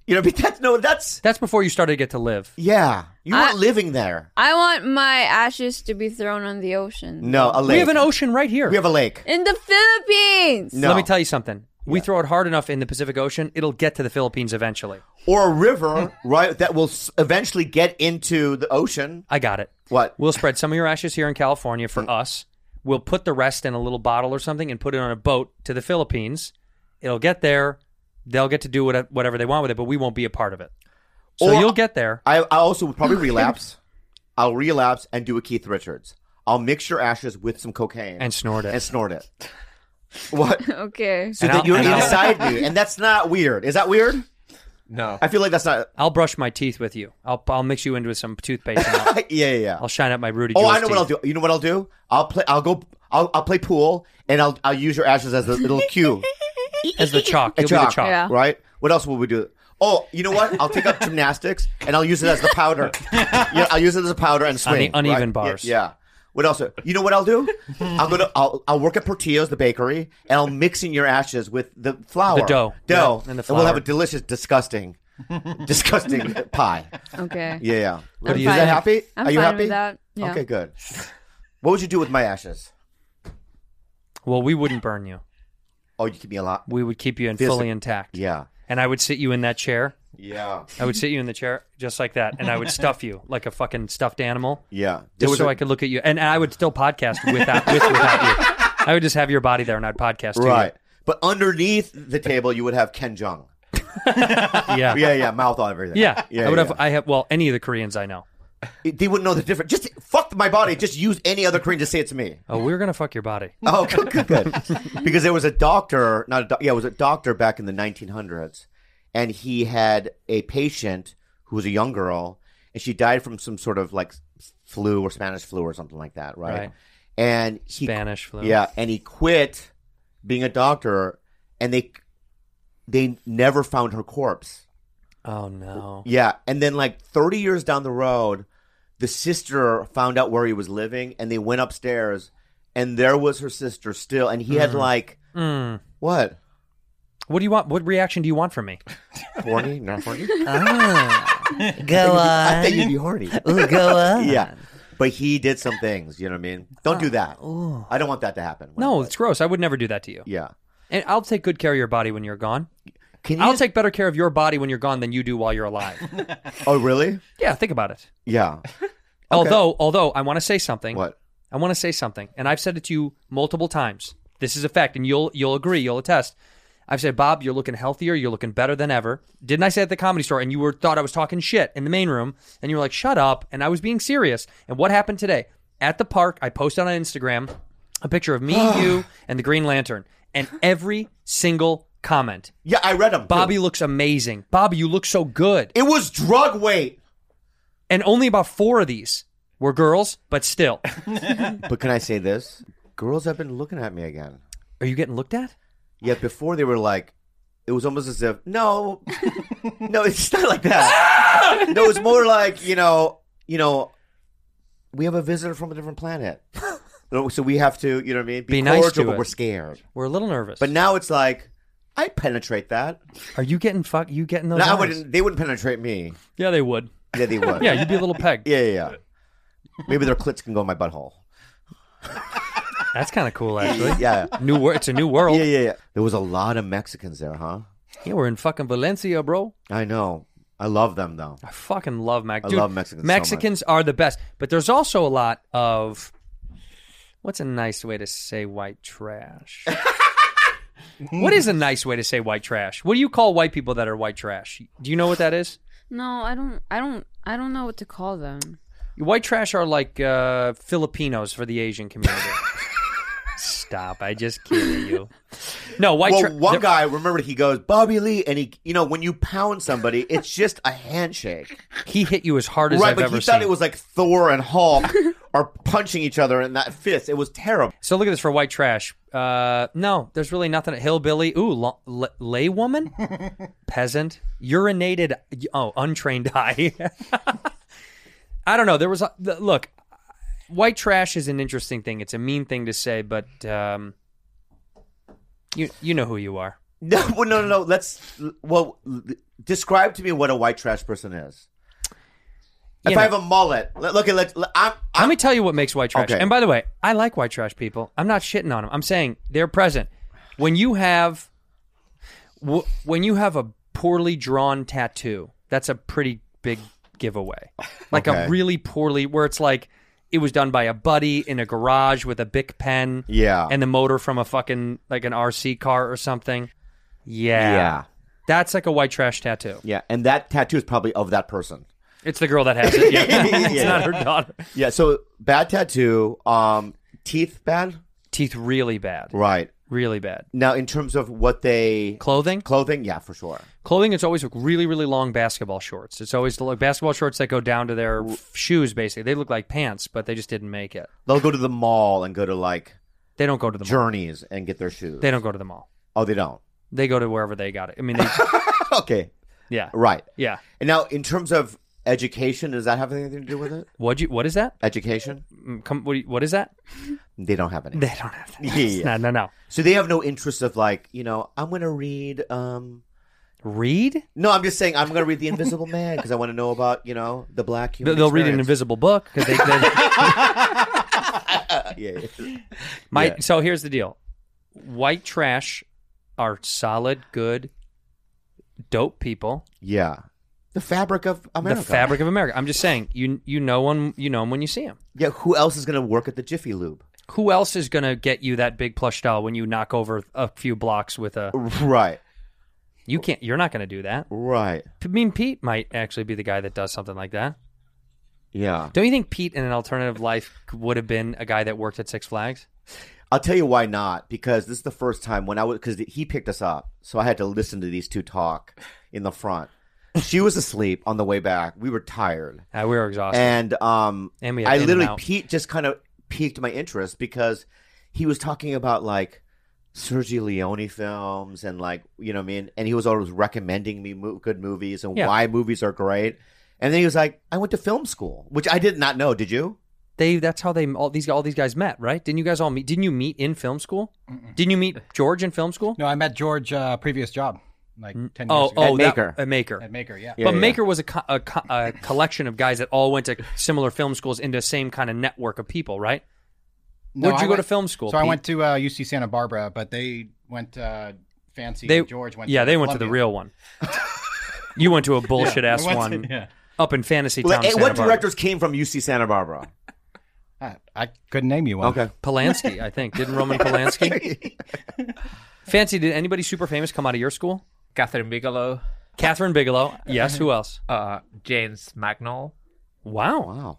[SPEAKER 7] You know, *laughs* but that's no, that's
[SPEAKER 5] That's before you started to get to live.
[SPEAKER 7] yeah. You
[SPEAKER 9] I-
[SPEAKER 7] weren't living there.
[SPEAKER 9] I want my ashes to be thrown on the ocean
[SPEAKER 7] No, a lake.
[SPEAKER 5] We have an ocean right here.
[SPEAKER 7] We have a lake.
[SPEAKER 9] in the Philippines.
[SPEAKER 7] No.
[SPEAKER 5] Let me tell you something. We throw it hard enough in the Pacific Ocean, it'll get to the Philippines eventually.
[SPEAKER 7] or a river, right? That will s- eventually get into the ocean.
[SPEAKER 5] I got it.
[SPEAKER 7] What?
[SPEAKER 5] We'll spread some of your ashes here in California for us. We'll put the rest in a little bottle or something and put it on a boat to the Philippines. It'll get there. They'll get to do what- whatever they want with it, but we won't be a part of it. So
[SPEAKER 7] Or-
[SPEAKER 5] you'll get there.
[SPEAKER 7] I, I also
[SPEAKER 5] *laughs*
[SPEAKER 7] would probably relapse. I'll relapse and do a Keith Richards. I'll mix your ashes with some cocaine
[SPEAKER 5] And snort it.
[SPEAKER 7] and snort it. What?
[SPEAKER 9] *laughs* Okay.
[SPEAKER 7] So
[SPEAKER 5] And
[SPEAKER 7] that
[SPEAKER 5] I'll-
[SPEAKER 7] you're
[SPEAKER 5] and I'll-
[SPEAKER 7] inside me, and that's not weird. Is that weird?
[SPEAKER 8] No.
[SPEAKER 7] I feel like that's not. *laughs*
[SPEAKER 5] I'll brush my teeth with you. I'll I'll mix you into some toothpaste. And
[SPEAKER 7] *laughs*
[SPEAKER 5] I'll,
[SPEAKER 7] Yeah, yeah, yeah.
[SPEAKER 5] I'll shine up my Rudy.
[SPEAKER 7] Oh,
[SPEAKER 5] Jules
[SPEAKER 7] I know
[SPEAKER 5] teeth.
[SPEAKER 7] what I'll do. You know what I'll do? I'll play. I'll go. I'll, I'll play pool, and I'll I'll use your ashes as a
[SPEAKER 5] *laughs*
[SPEAKER 7] little cue.
[SPEAKER 5] As the
[SPEAKER 7] *laughs*
[SPEAKER 5] chalk, you'll be the chalk.
[SPEAKER 9] Yeah.
[SPEAKER 7] Right? What else will we do? Oh, you know what? I'll take up gymnastics and I'll use it as the
[SPEAKER 5] *laughs*
[SPEAKER 7] powder. yeah, I'll use it as a powder and swing
[SPEAKER 5] the uneven
[SPEAKER 7] right? Yeah,
[SPEAKER 5] bars.
[SPEAKER 7] Yeah. What else? You know what I'll do? I'll go to I'll, I'll work at Portillo's, the bakery, and I'll mix in your ashes with the flour,
[SPEAKER 5] The dough.
[SPEAKER 7] dough,
[SPEAKER 5] Yeah, and the
[SPEAKER 7] we'll
[SPEAKER 5] flour.
[SPEAKER 7] have a
[SPEAKER 5] *laughs*
[SPEAKER 7] delicious, disgusting, disgusting pie.
[SPEAKER 9] Okay.
[SPEAKER 7] Yeah, yeah.
[SPEAKER 9] I'm
[SPEAKER 7] Is
[SPEAKER 9] fine
[SPEAKER 7] that
[SPEAKER 9] with-
[SPEAKER 7] happy?
[SPEAKER 9] I'm
[SPEAKER 7] Are you
[SPEAKER 9] fine
[SPEAKER 7] happy?
[SPEAKER 9] with that. Yeah.
[SPEAKER 7] Okay, good. What would you do with my ashes?
[SPEAKER 5] Well, we wouldn't burn you.
[SPEAKER 7] Oh, you keep me a lot.
[SPEAKER 5] We would keep you in
[SPEAKER 7] Physi-
[SPEAKER 5] fully intact.
[SPEAKER 7] Yeah,
[SPEAKER 5] And I would sit you in that chair.
[SPEAKER 7] yeah,
[SPEAKER 5] I would sit you in the chair just like that, and I would stuff you like a fucking stuffed animal,
[SPEAKER 7] yeah. There
[SPEAKER 5] just
[SPEAKER 7] was
[SPEAKER 5] so
[SPEAKER 7] a-
[SPEAKER 5] I could look at you. And, and I would still podcast without with, without you. I would just have your body there, and I'd podcast. to you.
[SPEAKER 7] Right. But underneath the table, you would have Ken Jong.
[SPEAKER 5] Yeah. yeah.
[SPEAKER 7] Yeah, yeah, mouth on everything. yeah.
[SPEAKER 5] I would
[SPEAKER 7] yeah.
[SPEAKER 5] have. I have. Well, any of the Koreans I know.
[SPEAKER 7] They wouldn't know the difference. Just fuck my body. Just use any other cream to say it's me.
[SPEAKER 5] Oh, we're gonna fuck your body.
[SPEAKER 7] *laughs* Oh, good, good, good. because there was a doctor, not a doc, yeah, it was a doctor back in the 1900s, and he had a patient who was a young girl, and she died from some sort of like flu or Spanish flu or something like that, right?
[SPEAKER 5] Right.
[SPEAKER 7] And he
[SPEAKER 5] Spanish flu.
[SPEAKER 7] Yeah, and he quit being a doctor, and they they never found her corpse.
[SPEAKER 5] Oh no.
[SPEAKER 7] Yeah, and then like 30 years down the road, the sister found out where he was living, and they went upstairs, and there was her sister still, and he had like
[SPEAKER 5] Mm.
[SPEAKER 7] what
[SPEAKER 5] What do you want? What reaction do you want from me?
[SPEAKER 7] horny,
[SPEAKER 5] *laughs*
[SPEAKER 7] not horny.
[SPEAKER 5] Ah.
[SPEAKER 7] *laughs*
[SPEAKER 5] Go
[SPEAKER 7] I think you'd
[SPEAKER 5] *laughs*
[SPEAKER 7] be horny.
[SPEAKER 5] go on.
[SPEAKER 7] *laughs*
[SPEAKER 5] Ah,
[SPEAKER 7] yeah, but he did some things. You know what I mean? Don't do that. I don't want that to happen.
[SPEAKER 5] No, it's gross. I would never do that to you.
[SPEAKER 7] yeah.
[SPEAKER 5] And I'll take good care of your body when you're gone.
[SPEAKER 7] Can you?
[SPEAKER 5] I'll take better care of your body when you're gone than you do while you're
[SPEAKER 7] *laughs*
[SPEAKER 5] alive.
[SPEAKER 7] oh, really?
[SPEAKER 5] yeah, think about it. *laughs*
[SPEAKER 7] Yeah.
[SPEAKER 5] Although, although I want to say something.
[SPEAKER 7] What?
[SPEAKER 5] I want to say something, and I've said it to you multiple times. This is a fact, and you'll you'll agree, you'll attest. I've said, Bob, you're looking healthier, you're looking better than ever. Didn't I say at the comedy store? And you were thought I was talking shit in the main room, and you were like, shut up. And I was being serious. And what happened today at the park? I posted on Instagram a picture of me,
[SPEAKER 7] *gasps*
[SPEAKER 5] you, and the Green Lantern, and every single comment.
[SPEAKER 7] Yeah, I read him.
[SPEAKER 5] Bobby looks amazing. Bobby, you look so good.
[SPEAKER 7] It was drug weight.
[SPEAKER 5] And only about four of these were girls, but still.
[SPEAKER 7] But can I say this? Girls have been looking at me again.
[SPEAKER 5] Are you getting looked at?
[SPEAKER 7] Yet before they were like, it was almost as if
[SPEAKER 5] *laughs*
[SPEAKER 7] no, no, it's not like that. no, it's more like you know, you know, we have a visitor from a
[SPEAKER 5] *laughs*
[SPEAKER 7] different planet, so we have to, you know what I mean,
[SPEAKER 5] Be nice to
[SPEAKER 7] cordial, but
[SPEAKER 5] it.
[SPEAKER 7] we're scared.
[SPEAKER 5] We're a little nervous.
[SPEAKER 7] But now it's like I penetrate that.
[SPEAKER 5] Are you getting fuck? You getting those?
[SPEAKER 7] No, I
[SPEAKER 5] eyes?
[SPEAKER 7] wouldn't. They wouldn't penetrate me.
[SPEAKER 5] Yeah, they would.
[SPEAKER 7] Yeah, they
[SPEAKER 5] *laughs*
[SPEAKER 7] would.
[SPEAKER 5] Yeah,
[SPEAKER 7] *laughs*
[SPEAKER 5] you'd be a little peg.
[SPEAKER 7] yeah, yeah. yeah. Maybe their clits can go in my butthole.
[SPEAKER 5] That's kind of cool, actually. *laughs*
[SPEAKER 7] Yeah.
[SPEAKER 5] New world. It's a new world.
[SPEAKER 7] Yeah,
[SPEAKER 5] Yeah,
[SPEAKER 7] yeah, yeah. There was a lot of Mexicans there, huh?
[SPEAKER 5] we're in fucking Valencia, bro.
[SPEAKER 7] I know. I love them though.
[SPEAKER 5] I fucking love Mex.
[SPEAKER 7] I
[SPEAKER 5] Dude,
[SPEAKER 7] love Mexicans so much.
[SPEAKER 5] Mexicans are the best, but there's also a lot of. What's a nice way to say white
[SPEAKER 7] *laughs*
[SPEAKER 5] trash? what is a nice way to say white trash? What do you call white people that are white trash? Do you know what that is?
[SPEAKER 9] No, I don't. I don't. I don't know what to call them.
[SPEAKER 5] White trash are like uh, Filipinos for the Asian
[SPEAKER 7] *laughs*
[SPEAKER 5] community. Stop! I just kidding you. No, white.
[SPEAKER 7] Well,
[SPEAKER 5] trash.
[SPEAKER 7] one guy, remember, he goes Bobby Lee, and he, you know, when you pound somebody, it's just a handshake, *laughs*
[SPEAKER 5] he hit you as hard as
[SPEAKER 7] right?
[SPEAKER 5] I've
[SPEAKER 7] but
[SPEAKER 5] ever
[SPEAKER 7] he thought
[SPEAKER 5] seen.
[SPEAKER 7] it was like Thor and *laughs* Hulk are punching each other in that fist. It was terrible. *laughs*
[SPEAKER 5] So look at this for white trash. Uh, no, there's really nothing. Hillbilly, ooh, lo- la- lay woman, peasant, urinated, oh, untrained eye. *laughs* I don't know. There was a, the, look, white trash is an interesting thing. It's a mean thing to say, but um, you you know who you are.
[SPEAKER 7] No, well, no, no, no. Let's well l- describe to me what a white trash person is.
[SPEAKER 5] You
[SPEAKER 7] if
[SPEAKER 5] know-
[SPEAKER 7] I have a mullet, let, look at let, let- I'm,
[SPEAKER 5] Let
[SPEAKER 7] I'm
[SPEAKER 5] me tell you what makes white trash.
[SPEAKER 7] Okay.
[SPEAKER 5] And by the way, I like white trash people. I'm not shitting on them. I'm saying they're present. When you have, w- when you have a poorly drawn tattoo, that's a pretty big giveaway. Like
[SPEAKER 7] Okay.
[SPEAKER 5] a really poorly, where it's like it was done by a buddy in a garage with a bic pen,
[SPEAKER 7] yeah,
[SPEAKER 5] and the motor from a fucking like an RC car or something. Yeah,
[SPEAKER 7] yeah,
[SPEAKER 5] that's like a white trash tattoo.
[SPEAKER 7] yeah, and that tattoo is probably of that person.
[SPEAKER 5] It's the girl that has it.
[SPEAKER 7] *laughs*
[SPEAKER 5] Yeah, it's
[SPEAKER 7] Yeah.
[SPEAKER 5] not her daughter.
[SPEAKER 7] Yeah, so bad tattoo, um, teeth bad,
[SPEAKER 5] Teeth really bad,
[SPEAKER 7] right?
[SPEAKER 5] really bad.
[SPEAKER 7] Now, in terms of what they
[SPEAKER 5] Clothing.
[SPEAKER 7] clothing, yeah, for sure.
[SPEAKER 5] clothing it's always really really long basketball shorts it's always the, like basketball shorts that go down to their f- shoes basically they look like pants but they just didn't make it
[SPEAKER 7] They'll go to the mall and go to like
[SPEAKER 5] they don't go to the mall
[SPEAKER 7] Journeys and get their shoes.
[SPEAKER 5] they don't go to the mall
[SPEAKER 7] oh, they don't.
[SPEAKER 5] they go to wherever they got it i mean they
[SPEAKER 7] okay,
[SPEAKER 5] yeah
[SPEAKER 7] right.
[SPEAKER 5] yeah
[SPEAKER 7] And now, in terms of education, does that have anything to do with it?
[SPEAKER 5] what you what is that
[SPEAKER 7] Education?
[SPEAKER 5] Mm, come what, do you- what is that
[SPEAKER 7] They don't have any.
[SPEAKER 5] they don't have that
[SPEAKER 7] Yeah, yeah.
[SPEAKER 5] no no no
[SPEAKER 7] So they have no interest of like, you know, I'm going to read. um
[SPEAKER 5] read
[SPEAKER 7] No, I'm just saying I'm going to read The Invisible Man because I want to know about, you know, the black
[SPEAKER 5] They'll-
[SPEAKER 7] human.
[SPEAKER 5] they'll read an
[SPEAKER 7] experience.
[SPEAKER 5] invisible book 'cause they, they-
[SPEAKER 7] Yeah, yeah.
[SPEAKER 5] my
[SPEAKER 7] Yeah.
[SPEAKER 5] so here's the deal white trash are solid good dope people
[SPEAKER 7] yeah. The fabric of America.
[SPEAKER 5] the fabric of america i'm just saying you you know one you know 'em when you see them
[SPEAKER 7] Yeah, who else is going to work at the Jiffy Lube?
[SPEAKER 5] who else is going to get you that big plush doll when you knock over a few blocks with a
[SPEAKER 7] Right,
[SPEAKER 5] you can't you're not going to do that
[SPEAKER 7] right.
[SPEAKER 5] i mean pete might actually be the guy that does something like that
[SPEAKER 7] Yeah.
[SPEAKER 5] don't you think pete in an alternative life would have been a guy that worked at six flags
[SPEAKER 7] I'll tell you why not because this is the first time when I was because he picked us up, so I had to listen to these two talk in the front. She was asleep on the way back. We were tired,
[SPEAKER 5] Ah, we were exhausted
[SPEAKER 7] and um,
[SPEAKER 5] And we had
[SPEAKER 7] I
[SPEAKER 5] In and
[SPEAKER 7] literally
[SPEAKER 5] Out.
[SPEAKER 7] Pete just kind of piqued my interest because he was talking about like Sergio Leone films and like you know what I mean, and he was always recommending me mo- good movies and
[SPEAKER 5] Yeah.
[SPEAKER 7] why movies are great. And then he was like, "I went to film school," which I did not know. Did you?
[SPEAKER 5] they that's how they all these all these guys met right didn't you guys all meet didn't you meet in film school didn't you meet george in film school
[SPEAKER 10] No, I met George uh, previous job, like ten
[SPEAKER 5] oh
[SPEAKER 10] years ago.
[SPEAKER 5] oh
[SPEAKER 7] At
[SPEAKER 5] that-
[SPEAKER 7] Maker.
[SPEAKER 5] at maker
[SPEAKER 10] at Maker. Yeah.
[SPEAKER 7] Yeah,
[SPEAKER 5] but
[SPEAKER 7] yeah.
[SPEAKER 5] Maker was a, co- a, co- a collection of guys that all went to similar film schools into the same kind of network of people, right?
[SPEAKER 10] No,
[SPEAKER 5] Where'd you
[SPEAKER 10] I
[SPEAKER 5] go
[SPEAKER 10] went-
[SPEAKER 5] to film school?
[SPEAKER 10] So I
[SPEAKER 5] Pete?
[SPEAKER 10] went to uh, UC Santa Barbara, but they went uh, fancy.
[SPEAKER 5] They-
[SPEAKER 10] George went.
[SPEAKER 5] Yeah,
[SPEAKER 10] to
[SPEAKER 5] they went to the
[SPEAKER 10] Columbia.
[SPEAKER 5] real one. you went to a bullshit
[SPEAKER 10] I
[SPEAKER 5] ass
[SPEAKER 10] went to-
[SPEAKER 5] one
[SPEAKER 10] *laughs* yeah.
[SPEAKER 5] up in Fantasy Town.
[SPEAKER 7] Like, hey,
[SPEAKER 5] Santa
[SPEAKER 7] eh, what
[SPEAKER 5] Barbara.
[SPEAKER 7] directors came from UC Santa Barbara?
[SPEAKER 10] I, I couldn't name you one.
[SPEAKER 7] Okay.
[SPEAKER 5] Polanski, I think. Didn't Roman Polanski? Fancy, did anybody super famous come out of your school?
[SPEAKER 8] Catherine Bigelow,
[SPEAKER 5] Catherine Bigelow. Yes. Who else?
[SPEAKER 8] uh, James Magnol.
[SPEAKER 5] Wow.
[SPEAKER 7] Wow.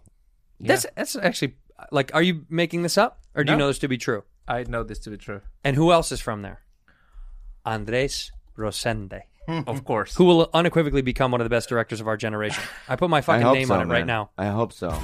[SPEAKER 5] That's that's actually like, are you making this up or do you
[SPEAKER 8] No.
[SPEAKER 5] know this to be true?
[SPEAKER 8] I know this to
[SPEAKER 5] *laughs*
[SPEAKER 8] be true.
[SPEAKER 5] And who else is from there? Andres Rosende,
[SPEAKER 8] Of course.
[SPEAKER 5] who will unequivocally become one of the best directors of our generation. I put my
[SPEAKER 7] I
[SPEAKER 5] fucking
[SPEAKER 7] hope
[SPEAKER 5] name
[SPEAKER 7] so,
[SPEAKER 5] on it right
[SPEAKER 7] man.
[SPEAKER 5] now.
[SPEAKER 7] I hope so.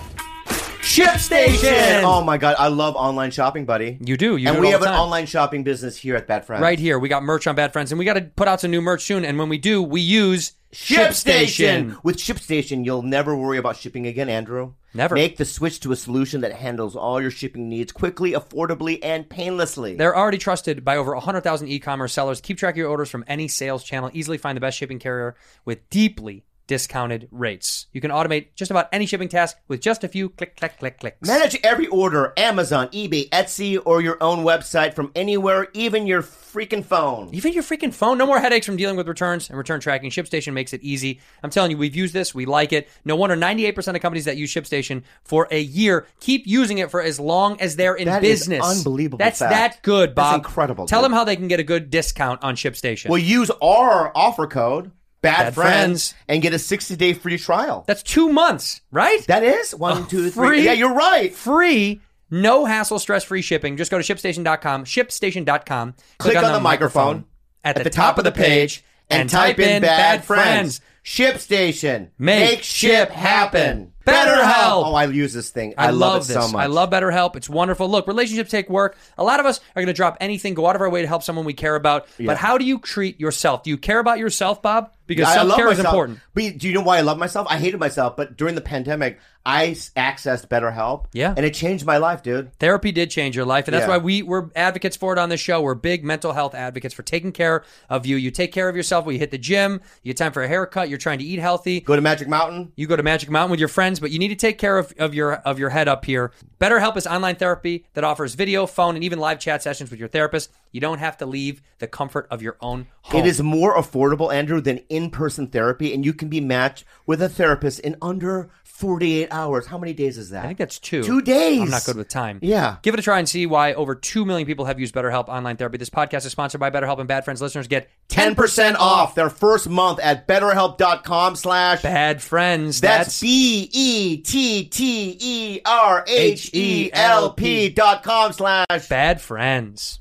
[SPEAKER 5] Ship Station.
[SPEAKER 7] Oh my god, I love online shopping, buddy.
[SPEAKER 5] You do. You do
[SPEAKER 7] and
[SPEAKER 5] it
[SPEAKER 7] we
[SPEAKER 5] all
[SPEAKER 7] have
[SPEAKER 5] the
[SPEAKER 7] an
[SPEAKER 5] time.
[SPEAKER 7] online shopping business here at Bad Friends.
[SPEAKER 5] right here. We got merch on Bad Friends, and we got to put out some new merch soon. And when we do, we use
[SPEAKER 7] ShipStation. With ShipStation, you'll never worry about shipping again, Andrew.
[SPEAKER 5] Never.
[SPEAKER 7] Make the switch to a solution that handles all your shipping needs quickly, affordably, and painlessly.
[SPEAKER 5] They're already trusted by over 100,000 e-commerce sellers. Keep track of your orders from any sales channel. Easily find the best shipping carrier with deeply discounted rates. You can automate just about any shipping task with just a few click, click, click, clicks.
[SPEAKER 7] Manage every order, Amazon, eBay, Etsy, or your own website from anywhere, even your freaking phone.
[SPEAKER 5] Even your freaking phone, no more headaches from dealing with returns and return tracking. ShipStation makes it easy. I'm telling you, we've used this, we like it. No wonder 98% of companies that use ShipStation for a year keep using it for as long as they're in
[SPEAKER 7] That is
[SPEAKER 5] business.
[SPEAKER 7] unbelievable
[SPEAKER 5] That's
[SPEAKER 7] fact.
[SPEAKER 5] that good,
[SPEAKER 7] That's
[SPEAKER 5] Bob.
[SPEAKER 7] incredible,
[SPEAKER 5] Tell
[SPEAKER 7] dude.
[SPEAKER 5] them how they can get a good discount on ShipStation.
[SPEAKER 7] Well, use our offer code, Bad,
[SPEAKER 5] Bad Friends.
[SPEAKER 7] friends, and get a 60 day free trial.
[SPEAKER 5] That's two months, right?
[SPEAKER 7] That is one, two, three.
[SPEAKER 5] Oh, free?
[SPEAKER 7] Yeah, you're right.
[SPEAKER 5] free, no hassle, stress free shipping. Just go to shipstation.com, shipstation.com.
[SPEAKER 7] Click on the microphone
[SPEAKER 5] at, the, top, of the page
[SPEAKER 7] and type in Bad Friends. Ship Station.
[SPEAKER 5] Make ship happen. BetterHelp.
[SPEAKER 7] Oh, I use this thing. I,
[SPEAKER 5] love,
[SPEAKER 7] love, it
[SPEAKER 5] this.
[SPEAKER 7] so much.
[SPEAKER 5] I love BetterHelp. It's wonderful. Look, relationships take work. A lot of us are going to drop anything, go out of our way to help someone we care about. But how do you treat yourself? Do you care about yourself, Bob? Because
[SPEAKER 7] I
[SPEAKER 5] self
[SPEAKER 7] love
[SPEAKER 5] care is
[SPEAKER 7] myself.
[SPEAKER 5] important.
[SPEAKER 7] But do you know why I love myself? I hated myself, but during the pandemic, I s- accessed BetterHelp.
[SPEAKER 5] Yeah.
[SPEAKER 7] and it changed my life, dude.
[SPEAKER 5] Therapy did change your life, and that's
[SPEAKER 7] Yeah.
[SPEAKER 5] why we we're advocates for it on this show. We're big mental health advocates for taking care of you. You take care of yourself. when you hit the gym. You get time for a haircut. You're trying to eat healthy.
[SPEAKER 7] Go to Magic Mountain.
[SPEAKER 5] You go to Magic Mountain with your friends, but you need to take care of, of your of your head up here. BetterHelp is online therapy that offers video, phone, and even live chat sessions with your therapist. You don't have to leave the comfort of your own home.
[SPEAKER 7] It is more affordable, Andrew, than in-person therapy, and you can be matched with a therapist in under 48 hours. How many days is that?
[SPEAKER 5] I think that's two.
[SPEAKER 7] Two days.
[SPEAKER 5] I'm not good with time.
[SPEAKER 7] Yeah.
[SPEAKER 5] Give it a try and see why over 2 million people have used BetterHelp online therapy. This podcast is sponsored by BetterHelp, and Bad Friends listeners get
[SPEAKER 7] 10% off their first month at betterhelp.com slash
[SPEAKER 5] Bad Friends.
[SPEAKER 7] That's B E T T E R H E L P dot com slash.
[SPEAKER 5] Bad Friends.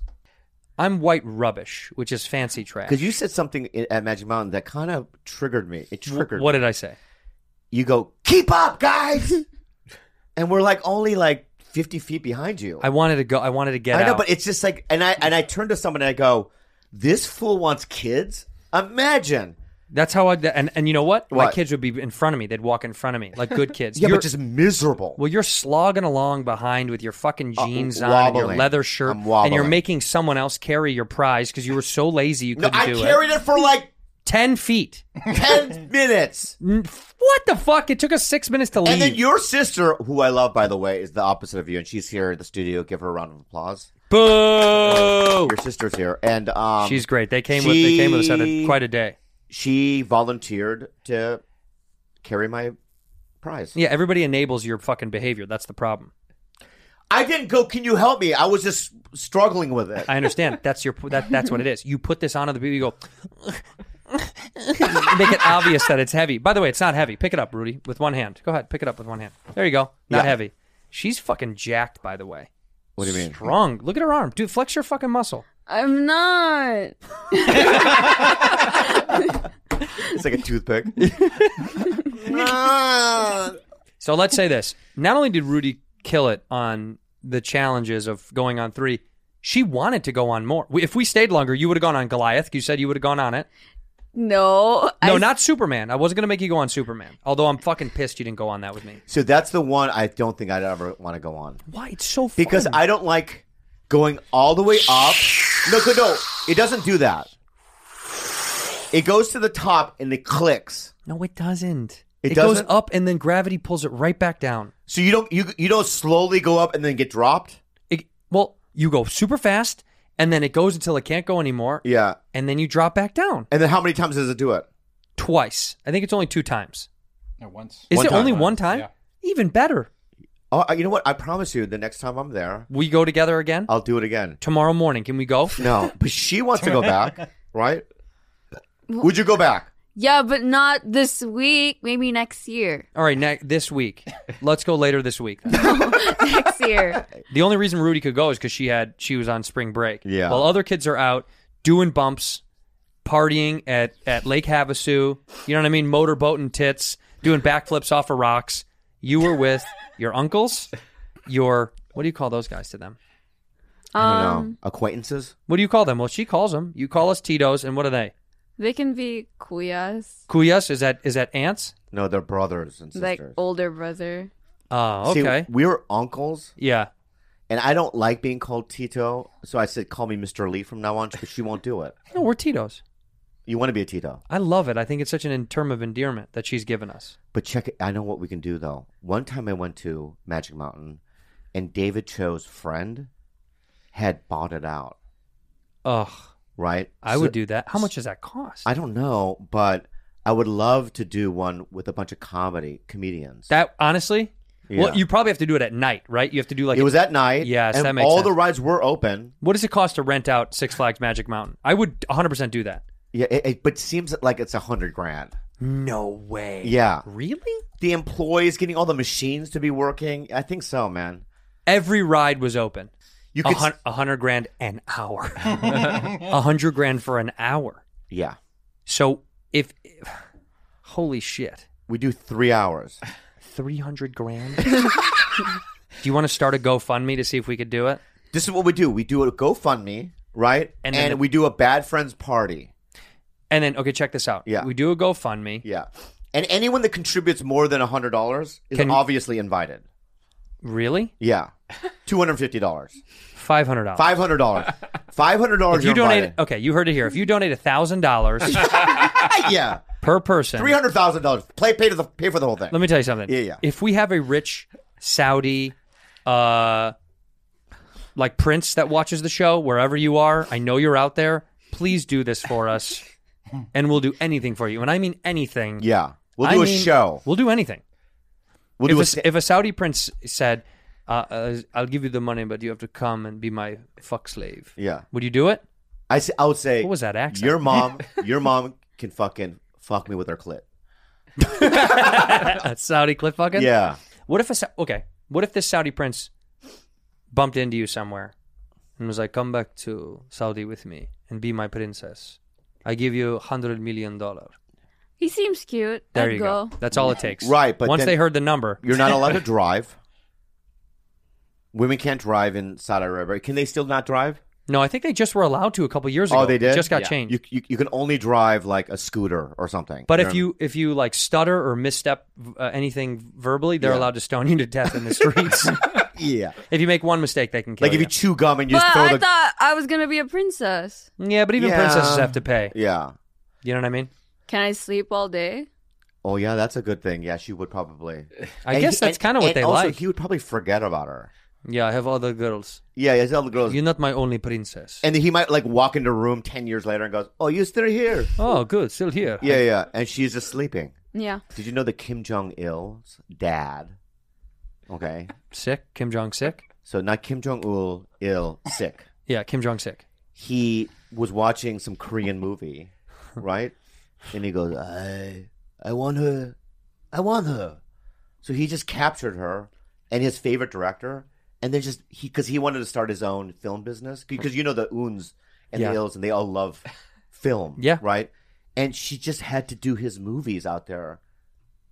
[SPEAKER 5] I'm white rubbish, which is fancy trash.
[SPEAKER 7] Because you said something i- at Magic Mountain that kind of triggered me. It triggered.
[SPEAKER 5] What did I say?
[SPEAKER 7] You go, keep up, guys! and we're like only like 50 feet behind you.
[SPEAKER 5] I wanted to go. I wanted to get
[SPEAKER 7] I know,
[SPEAKER 5] out.
[SPEAKER 7] but it's just like, and I and I turn to someone and I go, "This fool wants kids." Imagine,
[SPEAKER 5] That's how I and and you know what? My
[SPEAKER 7] What?
[SPEAKER 5] kids would be in front of me. They'd walk in front of me like good kids.
[SPEAKER 7] *laughs* yeah,
[SPEAKER 5] You're-
[SPEAKER 7] but just miserable.
[SPEAKER 5] well, you're slogging along behind with your fucking jeans on and your
[SPEAKER 7] Uh, wobbling.
[SPEAKER 5] leather shirt,
[SPEAKER 7] I'm
[SPEAKER 5] and you're
[SPEAKER 7] wobbling.
[SPEAKER 5] making someone else carry your prize because you were so lazy you
[SPEAKER 7] no,
[SPEAKER 5] couldn't
[SPEAKER 7] I
[SPEAKER 5] do eh?
[SPEAKER 7] carried it. for like
[SPEAKER 5] it. Ten feet.
[SPEAKER 7] ten minutes, and
[SPEAKER 5] What the fuck? It took us six minutes to leave.
[SPEAKER 7] then your sister, who I love by the way, is the opposite of you, and she's here at the studio. Give her a round of applause.
[SPEAKER 5] Boo!
[SPEAKER 7] Your sister's here, and um,
[SPEAKER 5] She's great. They came with they came with us at a,
[SPEAKER 7] She-
[SPEAKER 5] quite a day.
[SPEAKER 7] she volunteered to carry my prize.
[SPEAKER 5] Yeah, everybody enables your fucking behavior. That's the problem.
[SPEAKER 7] I didn't go. Can you help me? I was just struggling with it.
[SPEAKER 5] I understand. That's your that that's what it is. You put this on other people. You go. *laughs* Make it obvious that it's heavy. By the way, it's not heavy. Pick it up, Rudy, with one hand. Go ahead, pick it up with one hand. There you go. Not
[SPEAKER 7] Yeah.
[SPEAKER 5] heavy. She's fucking jacked, by the way.
[SPEAKER 7] what do you mean?
[SPEAKER 5] Strong. Look at her arm, dude. Flex your fucking muscle.
[SPEAKER 9] I'm not.
[SPEAKER 7] It's like a
[SPEAKER 5] *laughs*
[SPEAKER 7] toothpick. *laughs* Ah.
[SPEAKER 5] So let's say this. Not only did Rudy kill it on the challenges of going on three, she wanted to go on more. If we stayed longer, you would have gone on Goliath. You said you would have gone on it.
[SPEAKER 9] No.
[SPEAKER 5] No,
[SPEAKER 9] I,
[SPEAKER 5] not Superman. I wasn't gonna make you go on Superman. Although I'm fucking pissed you didn't go on that with me.
[SPEAKER 7] So that's the one I don't think I'd ever want to go on
[SPEAKER 5] Why? It's so fun.
[SPEAKER 7] because I don't like going all the way up. No, no, no. It doesn't do that. It goes to the top and it clicks.
[SPEAKER 5] No, it doesn't. It,
[SPEAKER 7] It
[SPEAKER 5] goes
[SPEAKER 7] doesn't?
[SPEAKER 5] up and then gravity pulls it right back down.
[SPEAKER 7] So you don't you you don't slowly go up and then get dropped.
[SPEAKER 5] It, well, you go super fast and then it goes until it can't go anymore.
[SPEAKER 7] Yeah.
[SPEAKER 5] And then you drop back down
[SPEAKER 7] And then how many times does it do it?
[SPEAKER 5] twice. I think it's only two times.
[SPEAKER 10] No, once.
[SPEAKER 5] Is
[SPEAKER 7] One
[SPEAKER 5] it
[SPEAKER 7] time.
[SPEAKER 5] only one time?
[SPEAKER 10] Yeah.
[SPEAKER 5] Even better.
[SPEAKER 7] Oh, you know what? I promise you, the next time I'm there,
[SPEAKER 5] We go together again
[SPEAKER 7] I'll do it *laughs* again.
[SPEAKER 5] tomorrow morning. Can we go?
[SPEAKER 7] Uh, No, but she wants to go back, right? Would you go back?
[SPEAKER 9] yeah, but not this week. Maybe next year. *laughs*
[SPEAKER 5] All right, ne- this
[SPEAKER 7] *laughs*
[SPEAKER 5] week. Let's go later this week.
[SPEAKER 9] Next year.
[SPEAKER 5] the only reason Rudy could go is because she had she was on spring break.
[SPEAKER 7] Yeah.
[SPEAKER 5] While other kids are out doing bumps, partying at at Lake Havasu. You know what I mean? Motorboating tits, doing backflips off of rocks. You were with your uncles, your what do you call those guys to them?
[SPEAKER 7] I don't
[SPEAKER 9] Um,
[SPEAKER 7] know. Acquaintances?
[SPEAKER 5] What do you call them? Well, she calls them. You call us Tito's, and what are they?
[SPEAKER 9] they can be kuyas,
[SPEAKER 5] Cuyas? Is that is that aunts?
[SPEAKER 7] No, they're brothers and sisters.
[SPEAKER 9] like older brother.
[SPEAKER 5] Oh,
[SPEAKER 7] See,
[SPEAKER 5] okay.
[SPEAKER 7] we were uncles,
[SPEAKER 5] yeah.
[SPEAKER 7] and I don't like being called Tito, so I said, "Call me Mr. Lee from now on," because she won't do it.
[SPEAKER 5] No, we're Tito's.
[SPEAKER 7] You want to be a Tito,
[SPEAKER 5] I love it. I think it's such an en- term of endearment that she's given us.
[SPEAKER 7] but check. it. I know what we can do though. One time I went to Magic Mountain, and David Cho's friend had bought it out.
[SPEAKER 5] Ugh,
[SPEAKER 7] Right?
[SPEAKER 5] I
[SPEAKER 7] So-
[SPEAKER 5] would do that. How much does that cost?
[SPEAKER 7] I don't know, but I would love to do one with a bunch of comedy comedians.
[SPEAKER 5] that honestly,
[SPEAKER 7] Yeah.
[SPEAKER 5] well, you probably have to do it at night, right? You have to do like
[SPEAKER 7] it was at night.
[SPEAKER 5] Yes,
[SPEAKER 7] and
[SPEAKER 5] that makes
[SPEAKER 7] all
[SPEAKER 5] sense.
[SPEAKER 7] the rides were open.
[SPEAKER 5] What does it cost to rent out Six Flags Magic Mountain? I would 100% do that.
[SPEAKER 7] Yeah, it, it, but seems like it's a hundred grand.
[SPEAKER 5] No way.
[SPEAKER 7] Yeah,
[SPEAKER 5] Really?
[SPEAKER 7] the employees getting all the machines to be working. I think so, man.
[SPEAKER 5] Every ride was open.
[SPEAKER 7] You
[SPEAKER 5] A
[SPEAKER 7] could,
[SPEAKER 5] hun- a hundred grand an
[SPEAKER 7] *laughs*
[SPEAKER 5] hour. *laughs* A hundred grand for an hour.
[SPEAKER 7] yeah.
[SPEAKER 5] So if, if holy shit,
[SPEAKER 7] We do three hours.
[SPEAKER 5] three hundred grand.
[SPEAKER 7] *laughs*
[SPEAKER 5] do you want to start a GoFundMe to see if we could do it?
[SPEAKER 7] This is what we do. We do a GoFundMe, right?
[SPEAKER 5] And
[SPEAKER 7] And,
[SPEAKER 5] then the-
[SPEAKER 7] we do a bad friends party.
[SPEAKER 5] And then okay, check this out.
[SPEAKER 7] Yeah.
[SPEAKER 5] we do a GoFundMe.
[SPEAKER 7] Yeah. And anyone that contributes more than hundred dollars is
[SPEAKER 5] Can-
[SPEAKER 7] obviously invited.
[SPEAKER 5] Really?
[SPEAKER 7] Yeah.
[SPEAKER 5] *laughs*
[SPEAKER 7] Two hundred fifty dollars.
[SPEAKER 5] Five hundred dollars.
[SPEAKER 7] Five hundred dollars. Five hundred dollars.
[SPEAKER 5] If you donate, okay, you heard it here. If you donate a thousand
[SPEAKER 7] *laughs*
[SPEAKER 5] dollars
[SPEAKER 7] yeah,
[SPEAKER 5] per person,
[SPEAKER 7] three hundred thousand dollars. Play pay to the pay for the whole thing.
[SPEAKER 5] Let me tell you something.
[SPEAKER 7] Yeah, yeah.
[SPEAKER 5] If we have a rich Saudi, uh, like prince that watches the show, wherever you are, I know you're out there. Please do this for
[SPEAKER 7] *laughs*
[SPEAKER 5] us, and we'll do anything for you. And I mean anything.
[SPEAKER 7] yeah, we'll
[SPEAKER 5] I
[SPEAKER 7] do a
[SPEAKER 5] mean,
[SPEAKER 7] show.
[SPEAKER 5] We'll do anything.
[SPEAKER 7] We'll
[SPEAKER 5] If
[SPEAKER 7] do
[SPEAKER 5] a,
[SPEAKER 7] a.
[SPEAKER 5] s- if a Saudi prince said, uh, uh, "I'll give you the money, but you have to come and be my fuck slave,"
[SPEAKER 7] yeah,
[SPEAKER 5] would you do it?
[SPEAKER 7] I s- I would say.
[SPEAKER 5] What was that accent?
[SPEAKER 7] Your mom, your mom can fucking fuck me with her clit.
[SPEAKER 5] A *laughs* Saudi cliff fucking.
[SPEAKER 7] Yeah,
[SPEAKER 5] What if a Sa- okay? What if this Saudi prince bumped into you somewhere and was like, "Come back to Saudi with me and be my princess. I give you hundred million dollar."
[SPEAKER 9] He seems cute.
[SPEAKER 5] There
[SPEAKER 9] I'd
[SPEAKER 5] you go. That's all it takes.
[SPEAKER 7] Right, but
[SPEAKER 5] once
[SPEAKER 7] then-
[SPEAKER 5] they heard the number,
[SPEAKER 7] you're not allowed to
[SPEAKER 5] *laughs*
[SPEAKER 7] drive. Women can't drive in Saudi Arabia. Can they still not drive?
[SPEAKER 5] no, I think they just were allowed to a couple years ago.
[SPEAKER 7] Oh, they did.
[SPEAKER 5] It just got
[SPEAKER 7] Yeah.
[SPEAKER 5] changed.
[SPEAKER 7] You, you you can only drive like a scooter or something.
[SPEAKER 5] but if you if you like stutter or misstep uh, anything verbally, they're allowed to stone you to death in the
[SPEAKER 7] *laughs*
[SPEAKER 5] streets.
[SPEAKER 7] yeah,
[SPEAKER 5] if you make one mistake, they can kill
[SPEAKER 7] like if you chew gum and you
[SPEAKER 9] But
[SPEAKER 7] just throw
[SPEAKER 9] I
[SPEAKER 7] the
[SPEAKER 9] thought I was gonna be a princess.
[SPEAKER 5] yeah, but even
[SPEAKER 7] Yeah.
[SPEAKER 5] princesses have to pay.
[SPEAKER 7] yeah.
[SPEAKER 5] You know what I mean?
[SPEAKER 9] Can I sleep all day?
[SPEAKER 7] Oh yeah, that's a good thing. Yeah, she would probably.
[SPEAKER 5] I guess that's kind of what
[SPEAKER 7] and
[SPEAKER 5] they
[SPEAKER 7] also,
[SPEAKER 5] like.
[SPEAKER 7] He would probably forget about her.
[SPEAKER 5] yeah, I have other girls.
[SPEAKER 7] Yeah, yeah, all the girls.
[SPEAKER 5] You're not my only princess.
[SPEAKER 7] and then he might like walk into a room ten years later and goes, "Oh, you still here?"
[SPEAKER 5] Oh, good. Still here.
[SPEAKER 7] yeah, yeah. And she's just sleeping.
[SPEAKER 9] Yeah.
[SPEAKER 7] Did you know that Kim Jong Il's dad? Okay,
[SPEAKER 5] Sick. Kim Jong sick.
[SPEAKER 7] so not Kim Jong Il, Il sick.
[SPEAKER 5] Yeah, Kim Jong sick.
[SPEAKER 7] He was watching some Korean movie, right? And he goes, "I, I want her, I want her." So he just captured her and his favorite director, and then just he because he wanted to start his own film business because you know the Uns and
[SPEAKER 5] Yeah.
[SPEAKER 7] the Ills and they all love film,
[SPEAKER 5] Yeah.
[SPEAKER 7] right? And she just had to do his movies out there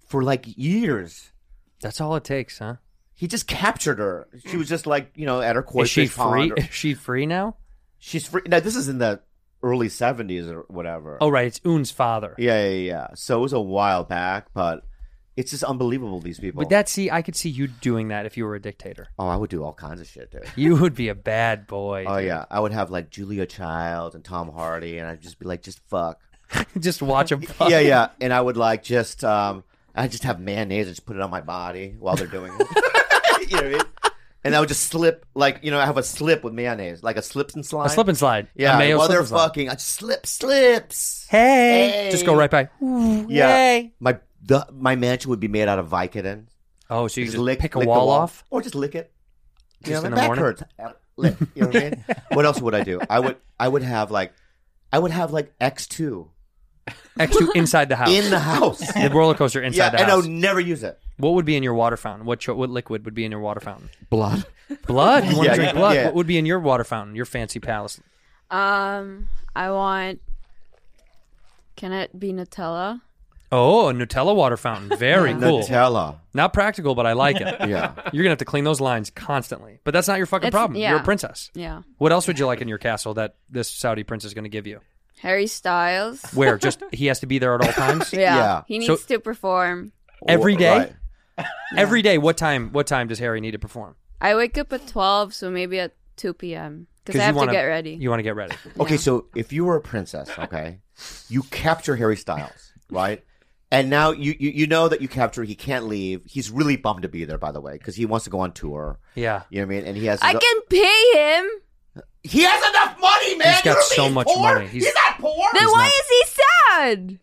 [SPEAKER 7] for like years.
[SPEAKER 5] That's all it takes, huh?
[SPEAKER 7] He just captured her. She was just like you know at her koi
[SPEAKER 5] Is she
[SPEAKER 7] fish pond.
[SPEAKER 5] free?
[SPEAKER 7] or-
[SPEAKER 5] Is she free now?
[SPEAKER 7] she's free. Now this is in the early seventies or whatever.
[SPEAKER 5] Oh, right. It's Un's father.
[SPEAKER 7] Yeah, yeah, yeah. So it was a while back, but it's just unbelievable. These people.
[SPEAKER 5] But that, see, I could see you doing that if you were a dictator.
[SPEAKER 7] oh, I would do all kinds of
[SPEAKER 5] *laughs*
[SPEAKER 7] shit, dude.
[SPEAKER 5] You would be a bad boy.
[SPEAKER 7] Oh yeah, I would have like Julia Child and Tom Hardy, and I'd just be like, just fuck.
[SPEAKER 5] *laughs* Just watch him. fuck.
[SPEAKER 7] *laughs* yeah, yeah. And I would like just, um, I just have mayonnaise and just put it on my body while they're doing
[SPEAKER 5] *laughs*
[SPEAKER 7] it. *laughs* you know what I mean? And I would just slip, like you know, I have a slip with mayonnaise, like a slips and slide.
[SPEAKER 5] A slip and slide. A
[SPEAKER 7] yeah.
[SPEAKER 5] mayo
[SPEAKER 7] while
[SPEAKER 5] slip
[SPEAKER 7] they're
[SPEAKER 5] and slide.
[SPEAKER 7] fucking, I just slip slips.
[SPEAKER 5] Hey.
[SPEAKER 7] Hey.
[SPEAKER 5] Just go right by.
[SPEAKER 7] Yeah. My the my mansion would be made out of Vicodin.
[SPEAKER 5] Oh, so you
[SPEAKER 7] Just
[SPEAKER 5] just
[SPEAKER 7] lick,
[SPEAKER 5] pick a
[SPEAKER 7] lick the
[SPEAKER 5] wall, off?
[SPEAKER 7] or just lick it. You
[SPEAKER 5] Just
[SPEAKER 7] know,
[SPEAKER 5] in the
[SPEAKER 7] my back
[SPEAKER 5] morning?
[SPEAKER 7] hurts. Uh, Lick, you know what I
[SPEAKER 5] *laughs*
[SPEAKER 7] mean? What else would I do? I would I would have like, I would have like X two
[SPEAKER 5] X2 inside the house.
[SPEAKER 7] *laughs* in the house.
[SPEAKER 5] the roller coaster *laughs* inside
[SPEAKER 7] yeah,
[SPEAKER 5] the
[SPEAKER 7] and I
[SPEAKER 5] house.
[SPEAKER 7] would never use it.
[SPEAKER 5] What would be in your water fountain? What cho- what liquid would be in your water fountain?
[SPEAKER 7] Blood.
[SPEAKER 5] Blood. You want
[SPEAKER 7] Yeah,
[SPEAKER 5] to drink
[SPEAKER 7] yeah,
[SPEAKER 5] blood?
[SPEAKER 7] yeah.
[SPEAKER 5] What would be in your water fountain? Your fancy palace?
[SPEAKER 9] Um, I want. Can it be Nutella?
[SPEAKER 5] Oh, a Nutella water fountain.
[SPEAKER 7] *laughs*
[SPEAKER 5] Very cool.
[SPEAKER 7] Nutella.
[SPEAKER 5] Not practical, but I like it. *laughs*
[SPEAKER 7] Yeah.
[SPEAKER 5] You're gonna have to clean those lines constantly. But that's not your fucking
[SPEAKER 9] It's-
[SPEAKER 5] problem. You're a
[SPEAKER 9] yeah.
[SPEAKER 5] princess.
[SPEAKER 9] Yeah.
[SPEAKER 5] What else would you like in your castle that this Saudi prince is gonna give you?
[SPEAKER 9] Harry Styles.
[SPEAKER 5] Where
[SPEAKER 9] *laughs*
[SPEAKER 5] just he has to be there at all times?
[SPEAKER 9] Yeah.
[SPEAKER 7] Yeah.
[SPEAKER 9] He
[SPEAKER 5] So-
[SPEAKER 9] needs to perform.
[SPEAKER 5] Every
[SPEAKER 7] Wh-
[SPEAKER 5] day?
[SPEAKER 7] right.
[SPEAKER 5] *laughs* Every day, what time what time does Harry need to perform?
[SPEAKER 9] I wake up at twelve, so maybe at two p.m. because I have
[SPEAKER 5] you wanna,
[SPEAKER 9] to get ready.
[SPEAKER 5] You want to get ready.
[SPEAKER 7] Okay, so if you were a princess, okay, you capture Harry Styles, right? And now you, you you know that you capture. He can't leave. He's really bummed to be there, by the way, because he wants to go on tour.
[SPEAKER 5] Yeah.
[SPEAKER 7] You know what I mean? And he has.
[SPEAKER 9] I
[SPEAKER 7] his-
[SPEAKER 9] can pay him.
[SPEAKER 7] He has enough money, man.
[SPEAKER 5] He's got
[SPEAKER 7] You don't think
[SPEAKER 5] so
[SPEAKER 7] he's
[SPEAKER 5] much
[SPEAKER 7] poor?
[SPEAKER 5] money. He's-
[SPEAKER 7] He's, not poor.
[SPEAKER 9] Then
[SPEAKER 5] He's
[SPEAKER 9] why
[SPEAKER 5] not-
[SPEAKER 9] is he sad?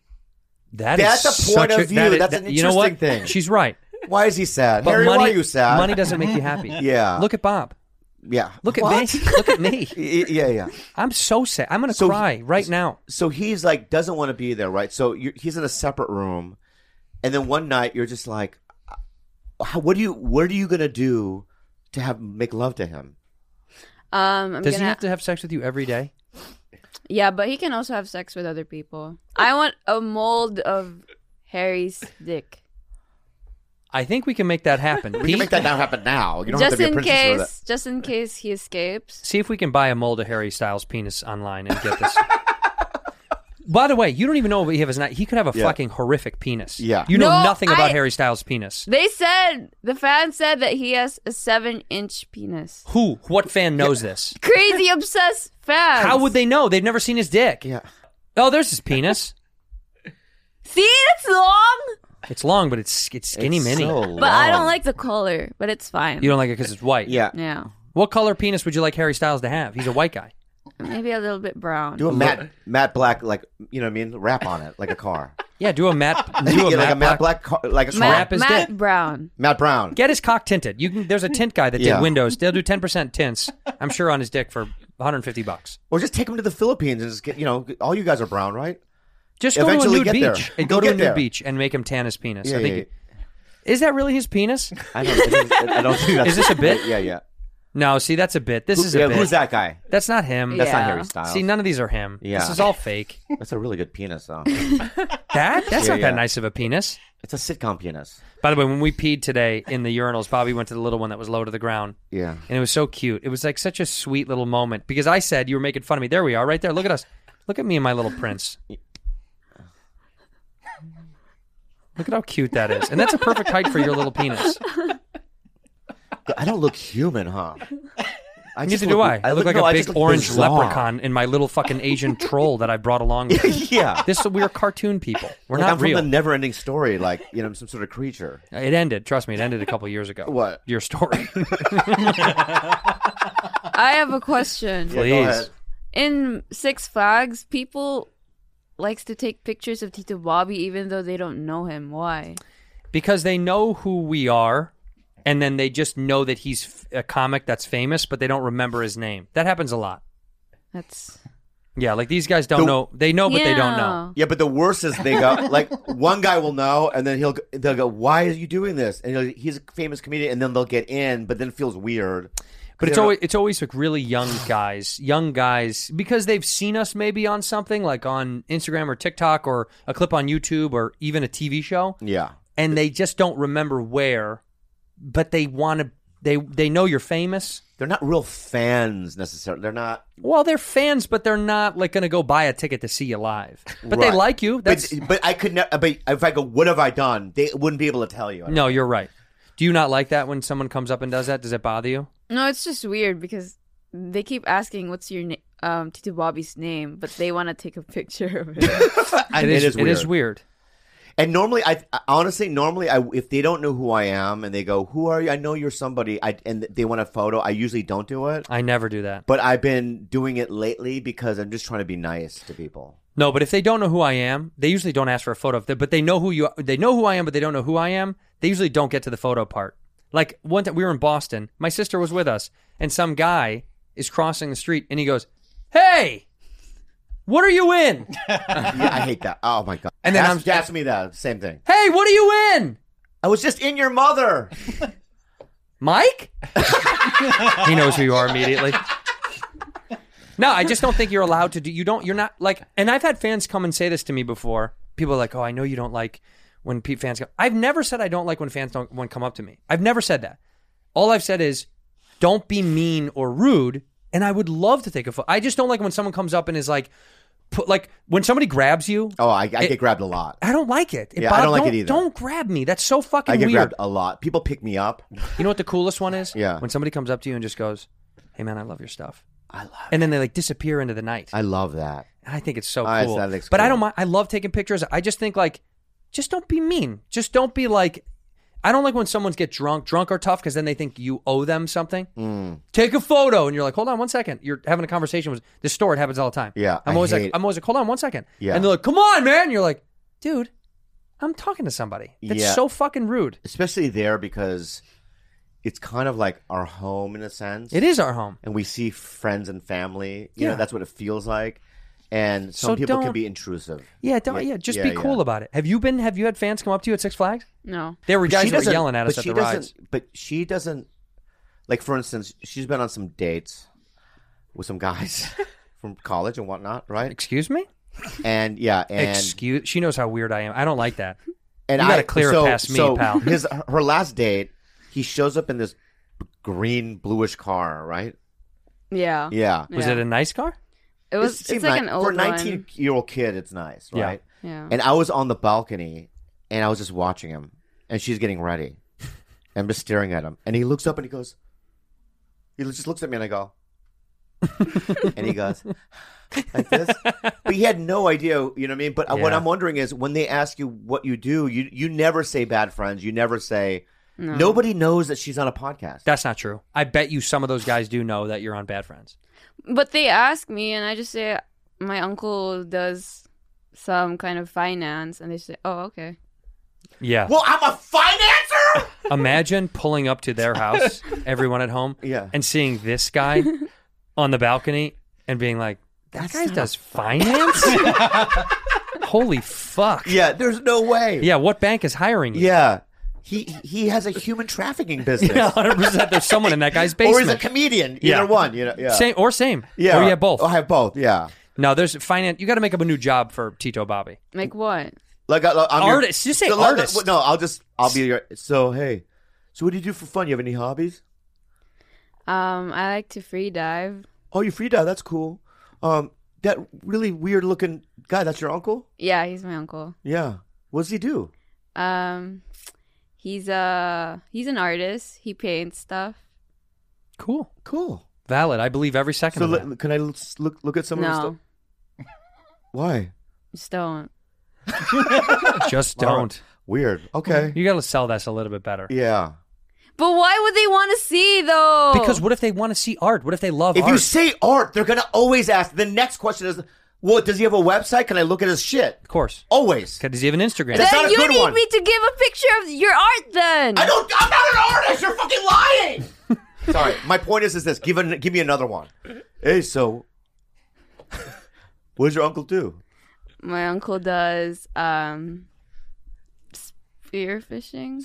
[SPEAKER 5] That is
[SPEAKER 7] That's a point
[SPEAKER 5] such that
[SPEAKER 7] of view.
[SPEAKER 5] is-
[SPEAKER 7] That's
[SPEAKER 5] that-
[SPEAKER 7] an
[SPEAKER 5] you know what?
[SPEAKER 7] interesting thing.
[SPEAKER 5] She's right.
[SPEAKER 7] Why is he sad?
[SPEAKER 5] But
[SPEAKER 7] Harry,
[SPEAKER 5] money,
[SPEAKER 7] why are you sad?
[SPEAKER 5] Money doesn't make you happy.
[SPEAKER 7] *laughs* Yeah.
[SPEAKER 5] Look at Bob.
[SPEAKER 7] Yeah.
[SPEAKER 5] Look at
[SPEAKER 7] *laughs* What?
[SPEAKER 5] me. *laughs* Look at me.
[SPEAKER 7] Y- yeah, yeah.
[SPEAKER 5] I'm so sad. I'm gonna
[SPEAKER 7] So-
[SPEAKER 5] cry right now.
[SPEAKER 7] So he's like doesn't want to be there, right? So you he's in a separate room, and then one night you're just like, "Uh, how, what do you? What are you gonna do to have make love to him?
[SPEAKER 9] Um, I'm
[SPEAKER 5] Does
[SPEAKER 9] gonna.
[SPEAKER 5] he have to have sex with you every day?
[SPEAKER 9] Yeah, but he can also have sex with other people. I want a mold of Harry's dick,
[SPEAKER 5] I think we can make that
[SPEAKER 7] *laughs*
[SPEAKER 5] happen.
[SPEAKER 7] We can
[SPEAKER 5] Pete,
[SPEAKER 7] make that now happen now. You don't have
[SPEAKER 9] just
[SPEAKER 7] to be a
[SPEAKER 9] in
[SPEAKER 7] princess for that.
[SPEAKER 9] case. Just in case he escapes.
[SPEAKER 5] see if we can buy a mold of Harry Styles' penis online and get this. *laughs* By the way, you don't even know what he has. Not he could have a
[SPEAKER 7] Yeah.
[SPEAKER 5] fucking horrific penis.
[SPEAKER 7] Yeah.
[SPEAKER 5] you know
[SPEAKER 9] No,
[SPEAKER 5] nothing about
[SPEAKER 9] I-
[SPEAKER 5] Harry Styles' penis.
[SPEAKER 9] They said the fan said that he has a seven-inch penis.
[SPEAKER 5] Who? What fan knows this?
[SPEAKER 9] Crazy
[SPEAKER 5] *laughs*
[SPEAKER 9] obsessed fans.
[SPEAKER 5] How would they know? They've never seen his dick.
[SPEAKER 7] Yeah.
[SPEAKER 5] Oh, there's his penis.
[SPEAKER 9] see? It's long,
[SPEAKER 5] It's long, but it's it's skinny
[SPEAKER 7] It's
[SPEAKER 5] mini.
[SPEAKER 7] so
[SPEAKER 9] but I don't
[SPEAKER 7] long.
[SPEAKER 9] like the color. But it's fine.
[SPEAKER 5] You don't like it because it's white.
[SPEAKER 7] Yeah.
[SPEAKER 9] yeah,
[SPEAKER 5] What color penis would you like Harry Styles to have? He's a white guy.
[SPEAKER 9] maybe a little bit brown.
[SPEAKER 7] Do a matte matte black like you know what I mean? Wrap on it like a car.
[SPEAKER 5] Yeah, do a
[SPEAKER 7] *laughs*
[SPEAKER 5] matte. *laughs* Do
[SPEAKER 7] Yeah,
[SPEAKER 5] a matte black.
[SPEAKER 7] like a matte black, car, like a car.
[SPEAKER 9] Matt,
[SPEAKER 5] Wrap
[SPEAKER 7] Matt,
[SPEAKER 5] his
[SPEAKER 9] Matt
[SPEAKER 5] dick.
[SPEAKER 9] Brown.
[SPEAKER 7] Brown.
[SPEAKER 5] Get his cock tinted. You can. There's a tint guy that
[SPEAKER 7] Yeah.
[SPEAKER 5] did windows. They'll do 10% tints. I'm sure on his dick for 150 bucks.
[SPEAKER 7] Or just take him to the Philippines and just get you know all you guys are brown, right?
[SPEAKER 5] Just go
[SPEAKER 7] Eventually
[SPEAKER 5] to a
[SPEAKER 7] get
[SPEAKER 5] nude
[SPEAKER 7] there.
[SPEAKER 5] beach and
[SPEAKER 7] Go
[SPEAKER 5] go to a
[SPEAKER 7] get
[SPEAKER 5] nude
[SPEAKER 7] there.
[SPEAKER 5] beach and make him tan his penis.
[SPEAKER 7] Yeah,
[SPEAKER 5] I think.
[SPEAKER 7] yeah,
[SPEAKER 5] Is that really his penis?
[SPEAKER 7] I don't. I don't- I don't think that's.
[SPEAKER 5] Is this a bit?
[SPEAKER 7] Yeah, yeah.
[SPEAKER 5] No. See, that's a bit. This is a
[SPEAKER 7] yeah,
[SPEAKER 5] bit.
[SPEAKER 7] who's that guy?
[SPEAKER 5] That's not him.
[SPEAKER 7] That's not
[SPEAKER 9] Yeah.
[SPEAKER 7] Harry Styles.
[SPEAKER 5] See, none of these are him.
[SPEAKER 7] Yeah.
[SPEAKER 5] This is all
[SPEAKER 7] *laughs*
[SPEAKER 5] fake.
[SPEAKER 7] That's a really good
[SPEAKER 5] *laughs*
[SPEAKER 7] penis, though.
[SPEAKER 5] That? That's
[SPEAKER 7] Yeah,
[SPEAKER 5] not
[SPEAKER 7] yeah.
[SPEAKER 5] that nice of a penis.
[SPEAKER 7] it's a sitcom penis.
[SPEAKER 5] By the way, when we peed today in the urinals, Bobby went to the little one that was low to the ground.
[SPEAKER 7] Yeah.
[SPEAKER 5] And it was so cute. It was like such a sweet little moment because I said you were making fun of me. There we are, right there. Look at us. Look at me and my little prince. Look at how cute that is. And that's a perfect height for your little
[SPEAKER 7] *laughs*
[SPEAKER 5] penis.
[SPEAKER 7] I don't look human,
[SPEAKER 5] *laughs*
[SPEAKER 7] huh? I
[SPEAKER 5] Neither do I. I look like
[SPEAKER 7] no,
[SPEAKER 5] a
[SPEAKER 7] I
[SPEAKER 5] big
[SPEAKER 7] just look
[SPEAKER 5] orange
[SPEAKER 7] bizarre.
[SPEAKER 5] leprechaun *laughs* in my little fucking Asian troll that I brought along with me.
[SPEAKER 7] *laughs* yeah.
[SPEAKER 5] This we are cartoon people. We're
[SPEAKER 7] Like,
[SPEAKER 5] not
[SPEAKER 7] I'm
[SPEAKER 5] real.
[SPEAKER 7] from the never ending story, like, you know, I'm some sort of creature.
[SPEAKER 5] It ended. Trust me, it ended a couple years ago.
[SPEAKER 7] What?
[SPEAKER 5] Your
[SPEAKER 7] *laughs*
[SPEAKER 5] story.
[SPEAKER 9] I have a question.
[SPEAKER 7] Yeah, go
[SPEAKER 5] Please.
[SPEAKER 7] ahead.
[SPEAKER 9] in Six Flags, people likes to take pictures of Tito Bobby even though they don't know him. Why?
[SPEAKER 5] because they know who we are and then they just know that he's f- a comic that's famous but they don't remember his name that happens a lot
[SPEAKER 9] That's
[SPEAKER 5] yeah like these guys don't
[SPEAKER 7] The-
[SPEAKER 5] know they know but they don't know
[SPEAKER 7] Yeah, but the worst is they go like one guy will know, and then he'll go- they'll go, "Why are you doing this?" And he'll, he's a famous comedian, and then they'll get in, but then it feels weird.
[SPEAKER 5] but it's
[SPEAKER 7] Yeah.
[SPEAKER 5] always it's always like really young guys young guys because they've seen us maybe on something like on instagram or tiktok or a clip on youtube or even a tv show
[SPEAKER 7] Yeah,
[SPEAKER 5] and they just don't remember where but they want to they they know you're famous
[SPEAKER 7] they're not real fans necessarily. They're not.
[SPEAKER 5] well they're fans but they're not like gonna go buy a ticket to see you live but
[SPEAKER 7] Right.
[SPEAKER 5] they like you that's
[SPEAKER 7] But, but I could not. But if I go, "What have I done?" They wouldn't be able to tell you. I don't
[SPEAKER 5] No, you're right. Do you not like that when someone comes up and does that? Does it bother you?
[SPEAKER 9] no, it's just weird because they keep asking what's your name um Tito Bobby's name, but they want to take a *laughs* picture of it.
[SPEAKER 7] know. And
[SPEAKER 5] It is weird.
[SPEAKER 7] And normally, I honestly, normally, I if they don't know who I am and they go, "Who are you?" I know you're somebody. I and they want a photo. I usually don't do it,
[SPEAKER 5] I never do that.
[SPEAKER 7] but I've been doing it lately because I'm just trying to be nice to people.
[SPEAKER 5] No, but if they don't know who I am, they usually don't ask for a photo. Of the, but they know who you. They know who I am, but they don't know who I am. They usually don't get to the photo part. Like one time we were in Boston, my sister was with us, and some guy is crossing the street, and he goes, "Hey, what are you in?
[SPEAKER 7] Yeah, I hate that. Oh my god!
[SPEAKER 5] And then
[SPEAKER 7] ask,
[SPEAKER 5] I'm-
[SPEAKER 7] ask me that same thing.
[SPEAKER 5] Hey, what are you in,
[SPEAKER 7] I was just in your mother. *laughs*
[SPEAKER 5] Mike?" he knows who you are immediately. No, I just don't think you're allowed to do. You don't. You're not like. And I've had fans come and say this to me before. People are like, "Oh, I know you don't like when pe- fans come." I've never said I don't like when fans don't when come up to me. I've never said that. All I've said is, "Don't be mean or rude." And I would love to take a photo. I just don't like when someone comes up and is like, put like when somebody grabs you.
[SPEAKER 7] Oh, I, I
[SPEAKER 5] It-
[SPEAKER 7] get grabbed a lot.
[SPEAKER 5] I don't like it. It
[SPEAKER 7] Yeah, I
[SPEAKER 5] bothers-
[SPEAKER 7] don't like it either.
[SPEAKER 5] Don't grab me. That's so fucking
[SPEAKER 7] I get
[SPEAKER 5] weird.
[SPEAKER 7] grabbed a lot. People pick me up.
[SPEAKER 5] You know what the coolest one is?
[SPEAKER 7] Yeah.
[SPEAKER 5] When somebody comes up to you and just goes, "Hey man, I love your stuff,"
[SPEAKER 7] I love.
[SPEAKER 5] and then they like disappear into the night.
[SPEAKER 7] I love that.
[SPEAKER 5] And I think it's so
[SPEAKER 7] Ah, it's-
[SPEAKER 5] cool.
[SPEAKER 7] that looks
[SPEAKER 5] but I
[SPEAKER 7] cool.
[SPEAKER 5] don't mind. I love taking pictures. I just think like, just don't be mean. Just don't be like. I don't like when someone's get drunk. Drunk are tough because then they think you owe them something.
[SPEAKER 7] Hmm.
[SPEAKER 5] Take a photo, and you're like, hold on one second. You're having a conversation with this store. It happens all the time.
[SPEAKER 7] Yeah,
[SPEAKER 5] I'm
[SPEAKER 7] I
[SPEAKER 5] always like,
[SPEAKER 7] hate-
[SPEAKER 5] I'm always like, hold on one second.
[SPEAKER 7] Yeah.
[SPEAKER 5] and they're like, come on, man. And you're like, dude, I'm talking to somebody. That's
[SPEAKER 7] Yeah.
[SPEAKER 5] so fucking rude.
[SPEAKER 7] Especially there because it's kind of like our home in a sense.
[SPEAKER 5] It is our home.
[SPEAKER 7] and we see friends and family. You
[SPEAKER 5] Yeah.
[SPEAKER 7] know, that's what it feels like. And some
[SPEAKER 5] So
[SPEAKER 7] people
[SPEAKER 5] don't-
[SPEAKER 7] can be intrusive.
[SPEAKER 5] Yeah, don't, yeah. Just
[SPEAKER 7] yeah,
[SPEAKER 5] be
[SPEAKER 7] yeah.
[SPEAKER 5] cool about it. Have you been? Have you had fans come up to you at Six Flags?
[SPEAKER 9] No.
[SPEAKER 5] There were
[SPEAKER 7] But
[SPEAKER 5] guys that were
[SPEAKER 7] doesn't-
[SPEAKER 5] yelling at us
[SPEAKER 7] but
[SPEAKER 5] at
[SPEAKER 7] she
[SPEAKER 5] the
[SPEAKER 7] doesn't-
[SPEAKER 5] rides.
[SPEAKER 7] But she doesn't. Like for instance, she's been on some dates with some guys *laughs* from college and whatnot, right?
[SPEAKER 5] Excuse me.
[SPEAKER 7] And yeah, and
[SPEAKER 5] Excuse. She knows how weird I am. I don't like that.
[SPEAKER 7] and
[SPEAKER 5] you gotta
[SPEAKER 7] I-
[SPEAKER 5] clear it
[SPEAKER 7] so,
[SPEAKER 5] past me,
[SPEAKER 7] so
[SPEAKER 5] pal.
[SPEAKER 7] *laughs* His her last date, he shows up in this green bluish car, right?
[SPEAKER 9] Yeah.
[SPEAKER 7] Yeah.
[SPEAKER 5] Was
[SPEAKER 9] Yeah.
[SPEAKER 5] it a nice car?
[SPEAKER 9] Uh-huh. It was.
[SPEAKER 7] seemed
[SPEAKER 9] It's like
[SPEAKER 7] ni-
[SPEAKER 9] an old
[SPEAKER 7] for a 19
[SPEAKER 9] one.
[SPEAKER 7] year old kid. It's nice,
[SPEAKER 5] Yeah.
[SPEAKER 7] right?
[SPEAKER 9] Yeah.
[SPEAKER 7] And I was on the balcony and I was just watching him, and she's getting ready. and I'm just staring at him, and he looks up and he goes, he just looks at me and I go, and he goes like this. But he had no idea, you know what I mean. But uh, what
[SPEAKER 5] Yeah.
[SPEAKER 7] I'm wondering is when they ask you what you do, you you never say bad friends. You never say. Nobody knows that she's on a podcast.
[SPEAKER 5] That's not true. I bet you some of those guys do know that you're on Bad Friends.
[SPEAKER 9] But they ask me, and I just say my uncle does some kind of finance, and they say, "Oh, okay."
[SPEAKER 5] Yeah.
[SPEAKER 7] well, I'm a financer.
[SPEAKER 5] Imagine pulling up to their
[SPEAKER 7] *laughs*
[SPEAKER 5] house, everyone at home,
[SPEAKER 7] Yeah.
[SPEAKER 5] and seeing this
[SPEAKER 7] *laughs*
[SPEAKER 5] guy on the balcony and being like, "That guy does
[SPEAKER 7] *laughs*
[SPEAKER 5] finance." Holy fuck!
[SPEAKER 7] yeah, there's no way.
[SPEAKER 5] Yeah, What bank is hiring *laughs* you?
[SPEAKER 7] Yeah. He he has a human
[SPEAKER 5] *laughs*
[SPEAKER 7] trafficking business.
[SPEAKER 5] Hundred percent. There's someone in that guy's
[SPEAKER 7] Or he's a
[SPEAKER 5] basement.
[SPEAKER 7] comedian. Either
[SPEAKER 5] Yeah.
[SPEAKER 7] one. You know, yeah.
[SPEAKER 5] Same or same.
[SPEAKER 7] Yeah.
[SPEAKER 5] Or yeah, both.
[SPEAKER 7] Oh, I have both. Yeah.
[SPEAKER 5] no, there's finance. You got to make up a new job for Tito Bobby.
[SPEAKER 9] Like what?
[SPEAKER 7] Like, I, I'm your-
[SPEAKER 5] Artist. Just say
[SPEAKER 7] So, like,
[SPEAKER 5] artist.
[SPEAKER 7] no, I'll just I'll be your. So hey, so what do you do for fun? You have any hobbies?
[SPEAKER 9] Um, I like to free dive.
[SPEAKER 7] Oh, you free dive. That's cool. Um, that really weird looking guy. That's your uncle.
[SPEAKER 9] Yeah, he's my uncle.
[SPEAKER 7] Yeah. What does he do?
[SPEAKER 9] Um, he's a he's an artist. He paints stuff.
[SPEAKER 5] Cool.
[SPEAKER 7] Cool.
[SPEAKER 5] Valid. I believe every second
[SPEAKER 7] So
[SPEAKER 5] of that.
[SPEAKER 7] l- can I l- look look at some of his stuff?
[SPEAKER 9] no,
[SPEAKER 7] Why?
[SPEAKER 9] just don't.
[SPEAKER 7] *laughs*
[SPEAKER 5] Just
[SPEAKER 7] All right.
[SPEAKER 5] don't.
[SPEAKER 7] Weird. Okay.
[SPEAKER 5] You got to sell this a little bit better.
[SPEAKER 7] Yeah.
[SPEAKER 9] But why would they want to see though?
[SPEAKER 5] Because what if they want to see art? What if they love
[SPEAKER 7] If
[SPEAKER 5] art?
[SPEAKER 7] you say art, they're gonna always ask. The next question is, well, does he have a website? Can I look at his shit?
[SPEAKER 5] of course.
[SPEAKER 7] Always.
[SPEAKER 5] Okay, Does he have an Instagram?
[SPEAKER 7] That's
[SPEAKER 9] then
[SPEAKER 7] not a
[SPEAKER 9] you
[SPEAKER 7] good
[SPEAKER 9] need
[SPEAKER 7] one.
[SPEAKER 9] me to give a picture of your art then.
[SPEAKER 7] I don't. I'm not an artist. You're fucking lying. *laughs* Sorry. My point is, is this? Give an, give me another one. Hey, so what does your uncle do?
[SPEAKER 9] My uncle does um spear fishing.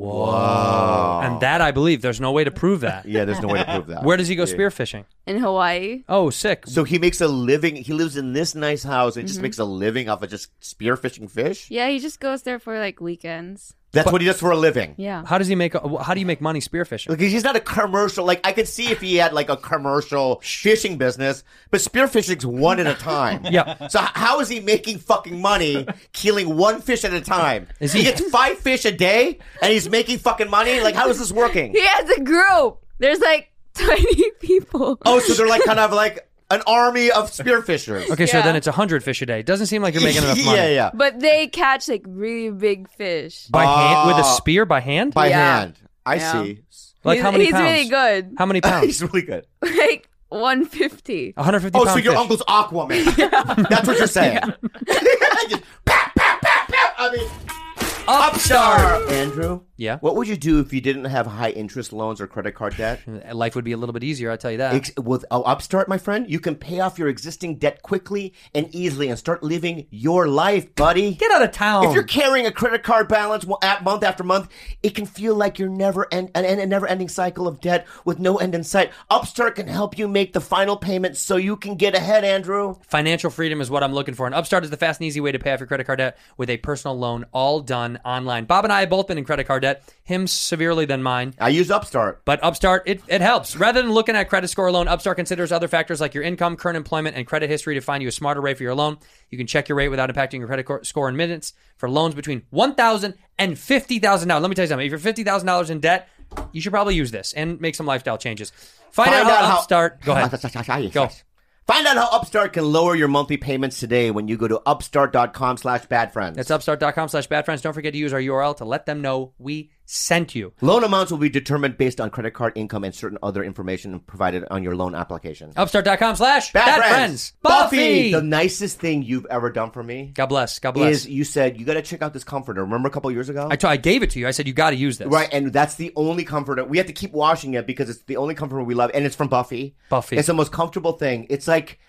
[SPEAKER 5] Whoa. And that I believe. There's no way to prove that.
[SPEAKER 7] Oh. Yeah, there's no way to prove that.
[SPEAKER 5] Where does he go spearfishing?
[SPEAKER 9] in Hawaii.
[SPEAKER 5] Oh, sick.
[SPEAKER 7] So he makes a living. He lives in this nice house and just makes a living off of just spearfishing fish.
[SPEAKER 9] Yeah, he just goes there for like weekends.
[SPEAKER 7] That's what he does for a living.
[SPEAKER 9] Yeah.
[SPEAKER 5] How does he make? uh, How do you make money spearfishing?
[SPEAKER 7] Like he's not a commercial. Like I could see if he had like a commercial fishing business, but spearfishing's one at a time.
[SPEAKER 5] *laughs* Yeah.
[SPEAKER 7] So h- how is he making fucking money killing one fish at a time?
[SPEAKER 5] Is
[SPEAKER 7] he...
[SPEAKER 5] he-
[SPEAKER 7] gets five fish a day and he's making fucking money? Like how is this working?
[SPEAKER 9] He has a group. There's like *laughs* 20 people.
[SPEAKER 7] Oh, so they're like kind of like an army of spearfishers.
[SPEAKER 5] Okay, so
[SPEAKER 9] Yeah.
[SPEAKER 5] then it's hundred fish a day. Doesn't seem like you're making enough money.
[SPEAKER 7] *laughs* yeah, yeah.
[SPEAKER 9] But they catch like really big fish.
[SPEAKER 5] By hand with a
[SPEAKER 7] Ah.
[SPEAKER 5] spear by hand.
[SPEAKER 7] By
[SPEAKER 9] Yeah.
[SPEAKER 7] hand. I
[SPEAKER 9] Yeah.
[SPEAKER 7] see.
[SPEAKER 5] like
[SPEAKER 9] he's,
[SPEAKER 5] how many
[SPEAKER 9] He's
[SPEAKER 5] pounds?
[SPEAKER 9] really good.
[SPEAKER 5] How many pounds?
[SPEAKER 7] *laughs* he's really good.
[SPEAKER 9] *laughs* Like 150.
[SPEAKER 5] 150
[SPEAKER 7] Oh,
[SPEAKER 5] pounds.
[SPEAKER 7] so your
[SPEAKER 5] *laughs*
[SPEAKER 7] uncle's Aquaman. That's what you're saying. *laughs* Just pat, pat, pat, pat. I mean, upstart. Andrew,
[SPEAKER 5] Yeah.
[SPEAKER 7] what would you do if you didn't have high interest loans or credit card debt?
[SPEAKER 5] Life would be a little bit easier, I tell you that.
[SPEAKER 7] Ex- with oh, Upstart, my friend, you can pay off your existing debt quickly and easily and start living your life, buddy.
[SPEAKER 5] Get out of town.
[SPEAKER 7] If you're carrying a credit card balance mo- at month after month, it can feel like you're never end an, an, a never-ending cycle of debt with no end in sight. Upstart can help you make the final payment so you can get ahead, Andrew.
[SPEAKER 5] Financial freedom is what I'm looking for. And Upstart is the fast and easy way to pay off your credit card debt with a personal loan, all done online. Bob and I have both been in credit card debt, him severely than mine.
[SPEAKER 7] I use Upstart.
[SPEAKER 5] But Upstart, it, it helps. Rather than looking at credit score alone, Upstart considers other factors like your income, current employment, and credit history to find you a smarter rate for your loan. You can check your rate without impacting your credit cor- score in minutes for loans between $1,000 and $50,000. Let me tell you something. If you're $50,000 in debt, you should probably use this and make some lifestyle changes. Find,
[SPEAKER 7] Find
[SPEAKER 5] out,
[SPEAKER 7] out
[SPEAKER 5] how
[SPEAKER 7] how-
[SPEAKER 5] Upstart. Go *laughs* ahead.
[SPEAKER 7] *laughs*
[SPEAKER 5] Go.
[SPEAKER 7] Find out how Upstart can lower your monthly payments today when you go to upstart.com slash badfriends.
[SPEAKER 5] That's upstart.com slash badfriends. Don't forget to use our URL to let them know we sent you.
[SPEAKER 7] Loan amounts will be determined based on credit card income and certain other information provided on your loan application.
[SPEAKER 5] Upstart.com slash
[SPEAKER 7] Bad, friends.
[SPEAKER 5] Oh, Buffy.
[SPEAKER 7] The nicest thing you've ever done for me
[SPEAKER 5] God bless. God bless.
[SPEAKER 7] is you said you got to check out this comforter. Remember a couple years ago?
[SPEAKER 5] I, t- I gave it to you. I said, you got to use this.
[SPEAKER 7] Right, and that's the only comforter. We have to keep washing it because it's the only comforter we love, and it's from Buffy.
[SPEAKER 5] Buffy.
[SPEAKER 7] It's the most comfortable thing. It's like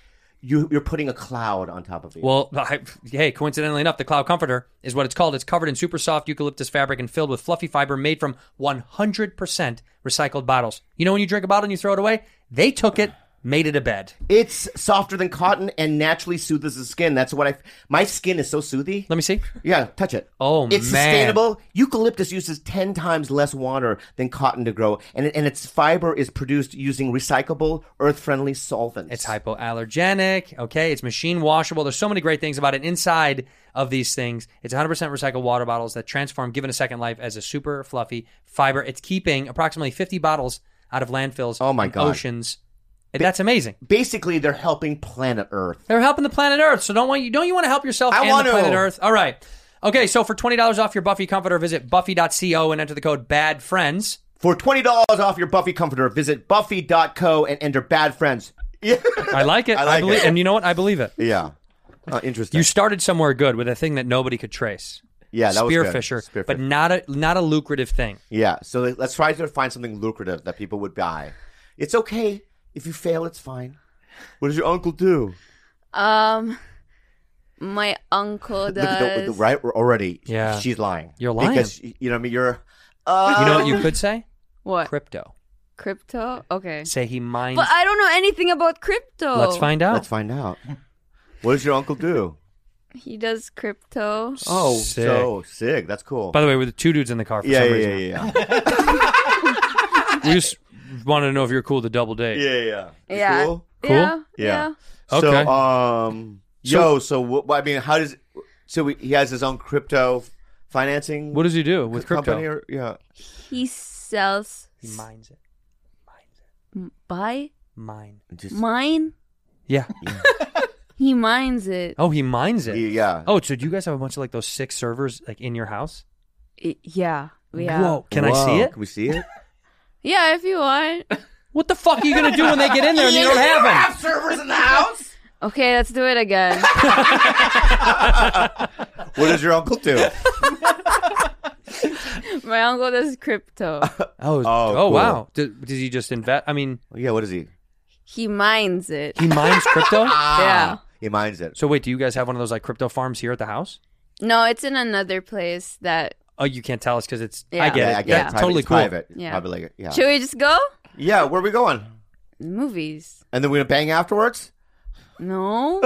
[SPEAKER 7] you, you're putting a cloud on top of you.
[SPEAKER 5] Well, *laughs* I, hey, coincidentally enough, the Cloud Comforter is what it's called. It's covered in super soft eucalyptus fabric and filled with fluffy fiber made from 100% recycled bottles. You know when you drink a bottle and you throw it away? They took it, made it a bed.
[SPEAKER 7] it's softer than cotton and naturally soothes the skin. That's what I. My skin is so soothy.
[SPEAKER 5] Let me see.
[SPEAKER 7] Yeah, touch it.
[SPEAKER 5] Oh,
[SPEAKER 7] it's
[SPEAKER 5] man.
[SPEAKER 7] sustainable. Eucalyptus uses ten times less water than cotton to grow, and and its fiber is produced using recyclable, earth-friendly solvents.
[SPEAKER 5] It's hypoallergenic. Okay, it's machine washable. There's so many great things about it inside of these things. It's 100% recycled water bottles that transform, given a second life, as a super fluffy fiber. It's keeping approximately 50 bottles out of landfills.
[SPEAKER 7] Oh, my
[SPEAKER 5] and
[SPEAKER 7] God.
[SPEAKER 5] Oceans. And That's amazing.
[SPEAKER 7] Basically, they're helping planet Earth.
[SPEAKER 5] They're helping the planet Earth, so don't want you don't you want to help yourself
[SPEAKER 7] I
[SPEAKER 5] and
[SPEAKER 7] want
[SPEAKER 5] the
[SPEAKER 7] to.
[SPEAKER 5] planet Earth? All right. Okay, so for twenty dollars off your Buffy comforter, visit Buffy.co and enter the code Bad Friends.
[SPEAKER 7] For $20 off your Buffy comforter, visit buffy.co and enter bad friends. Yeah.
[SPEAKER 5] I like it.
[SPEAKER 7] *laughs* I like
[SPEAKER 5] believe,
[SPEAKER 7] it.
[SPEAKER 5] and you know what? I believe it.
[SPEAKER 7] Yeah. Uh, interesting.
[SPEAKER 5] You started somewhere good with a thing that nobody could trace.
[SPEAKER 7] yeah, Uh, that was good.
[SPEAKER 5] Spearfisher,
[SPEAKER 7] Spearfisher.
[SPEAKER 5] but not a not a lucrative thing.
[SPEAKER 7] yeah, so let's try to find something lucrative that people would buy. It's okay. If you fail, it's fine. What does your uncle do?
[SPEAKER 9] Um, my uncle
[SPEAKER 7] Look, the-
[SPEAKER 9] does.
[SPEAKER 7] the- right? We're already.
[SPEAKER 5] Yeah.
[SPEAKER 7] She's lying.
[SPEAKER 5] You're lying.
[SPEAKER 7] Because, you know what I mean? You're. Uh,
[SPEAKER 5] You know
[SPEAKER 9] Um,
[SPEAKER 5] what you could say?
[SPEAKER 9] What
[SPEAKER 5] Crypto.
[SPEAKER 9] crypto? Okay,
[SPEAKER 5] Say he mines.
[SPEAKER 9] uh, but oh. I don't know anything about crypto.
[SPEAKER 5] Let's find out.
[SPEAKER 7] Let's find out. What does your uncle do?
[SPEAKER 9] He does crypto.
[SPEAKER 7] Oh,
[SPEAKER 5] Sick.
[SPEAKER 7] so sick. That's cool.
[SPEAKER 5] By the way, with the two dudes in the car for
[SPEAKER 7] yeah,
[SPEAKER 5] some
[SPEAKER 7] yeah,
[SPEAKER 5] reason.
[SPEAKER 7] yeah, yeah, *laughs*
[SPEAKER 5] We just wanted to know if you're cool to double date.
[SPEAKER 7] yeah, yeah. You
[SPEAKER 9] Yeah.
[SPEAKER 7] Cool?
[SPEAKER 9] Yeah.
[SPEAKER 7] Yeah.
[SPEAKER 9] Yeah.
[SPEAKER 5] Okay.
[SPEAKER 7] So, um, yo, so what, I mean, how does so we, he has his own crypto financing?
[SPEAKER 5] What does he do with
[SPEAKER 7] co-
[SPEAKER 5] crypto?
[SPEAKER 7] company or, yeah,
[SPEAKER 9] He sells
[SPEAKER 5] He mines it.
[SPEAKER 9] buy
[SPEAKER 5] Mine.
[SPEAKER 7] just,
[SPEAKER 9] mine.
[SPEAKER 5] Yeah.
[SPEAKER 9] He mines it.
[SPEAKER 5] Oh, he mines it.
[SPEAKER 7] he- yeah.
[SPEAKER 5] Oh, so do you guys have a bunch of like those six servers like in your house?
[SPEAKER 9] I- yeah. Yeah.
[SPEAKER 5] Whoa, can I see
[SPEAKER 7] Whoa,
[SPEAKER 5] it?
[SPEAKER 7] Can we see it?
[SPEAKER 9] Yeah, if you want.
[SPEAKER 5] What the fuck are you gonna do when they get in there
[SPEAKER 9] *laughs*
[SPEAKER 5] and you don't have
[SPEAKER 7] *laughs*
[SPEAKER 5] them?
[SPEAKER 9] Okay, let's do
[SPEAKER 5] *laughs*
[SPEAKER 9] it again.
[SPEAKER 7] What does your uncle *laughs* do?
[SPEAKER 9] my uncle does
[SPEAKER 5] *laughs*
[SPEAKER 9] crypto.
[SPEAKER 5] Oh, oh,
[SPEAKER 7] cool.
[SPEAKER 5] wow. Did, did he just invest? I mean,
[SPEAKER 7] yeah, what does he?
[SPEAKER 9] He mines it.
[SPEAKER 5] he Ah. mines
[SPEAKER 7] *laughs*
[SPEAKER 5] crypto.
[SPEAKER 9] yeah.
[SPEAKER 7] He mines it.
[SPEAKER 5] so wait, do you guys have one of those like crypto farms here at the house?
[SPEAKER 9] No, it's in another place that
[SPEAKER 5] Oh, you can't tell us because it's. I
[SPEAKER 9] Yeah.
[SPEAKER 5] get it.
[SPEAKER 7] I get
[SPEAKER 9] Yeah.
[SPEAKER 7] it.
[SPEAKER 5] That's
[SPEAKER 7] Private,
[SPEAKER 5] totally
[SPEAKER 7] it's
[SPEAKER 5] cool.
[SPEAKER 7] Private.
[SPEAKER 9] Yeah.
[SPEAKER 7] Probably like it. Yeah.
[SPEAKER 9] Should we just go?
[SPEAKER 7] yeah. Where are we going?
[SPEAKER 9] Movies.
[SPEAKER 7] And then we're gonna bang afterwards. *laughs*
[SPEAKER 9] No.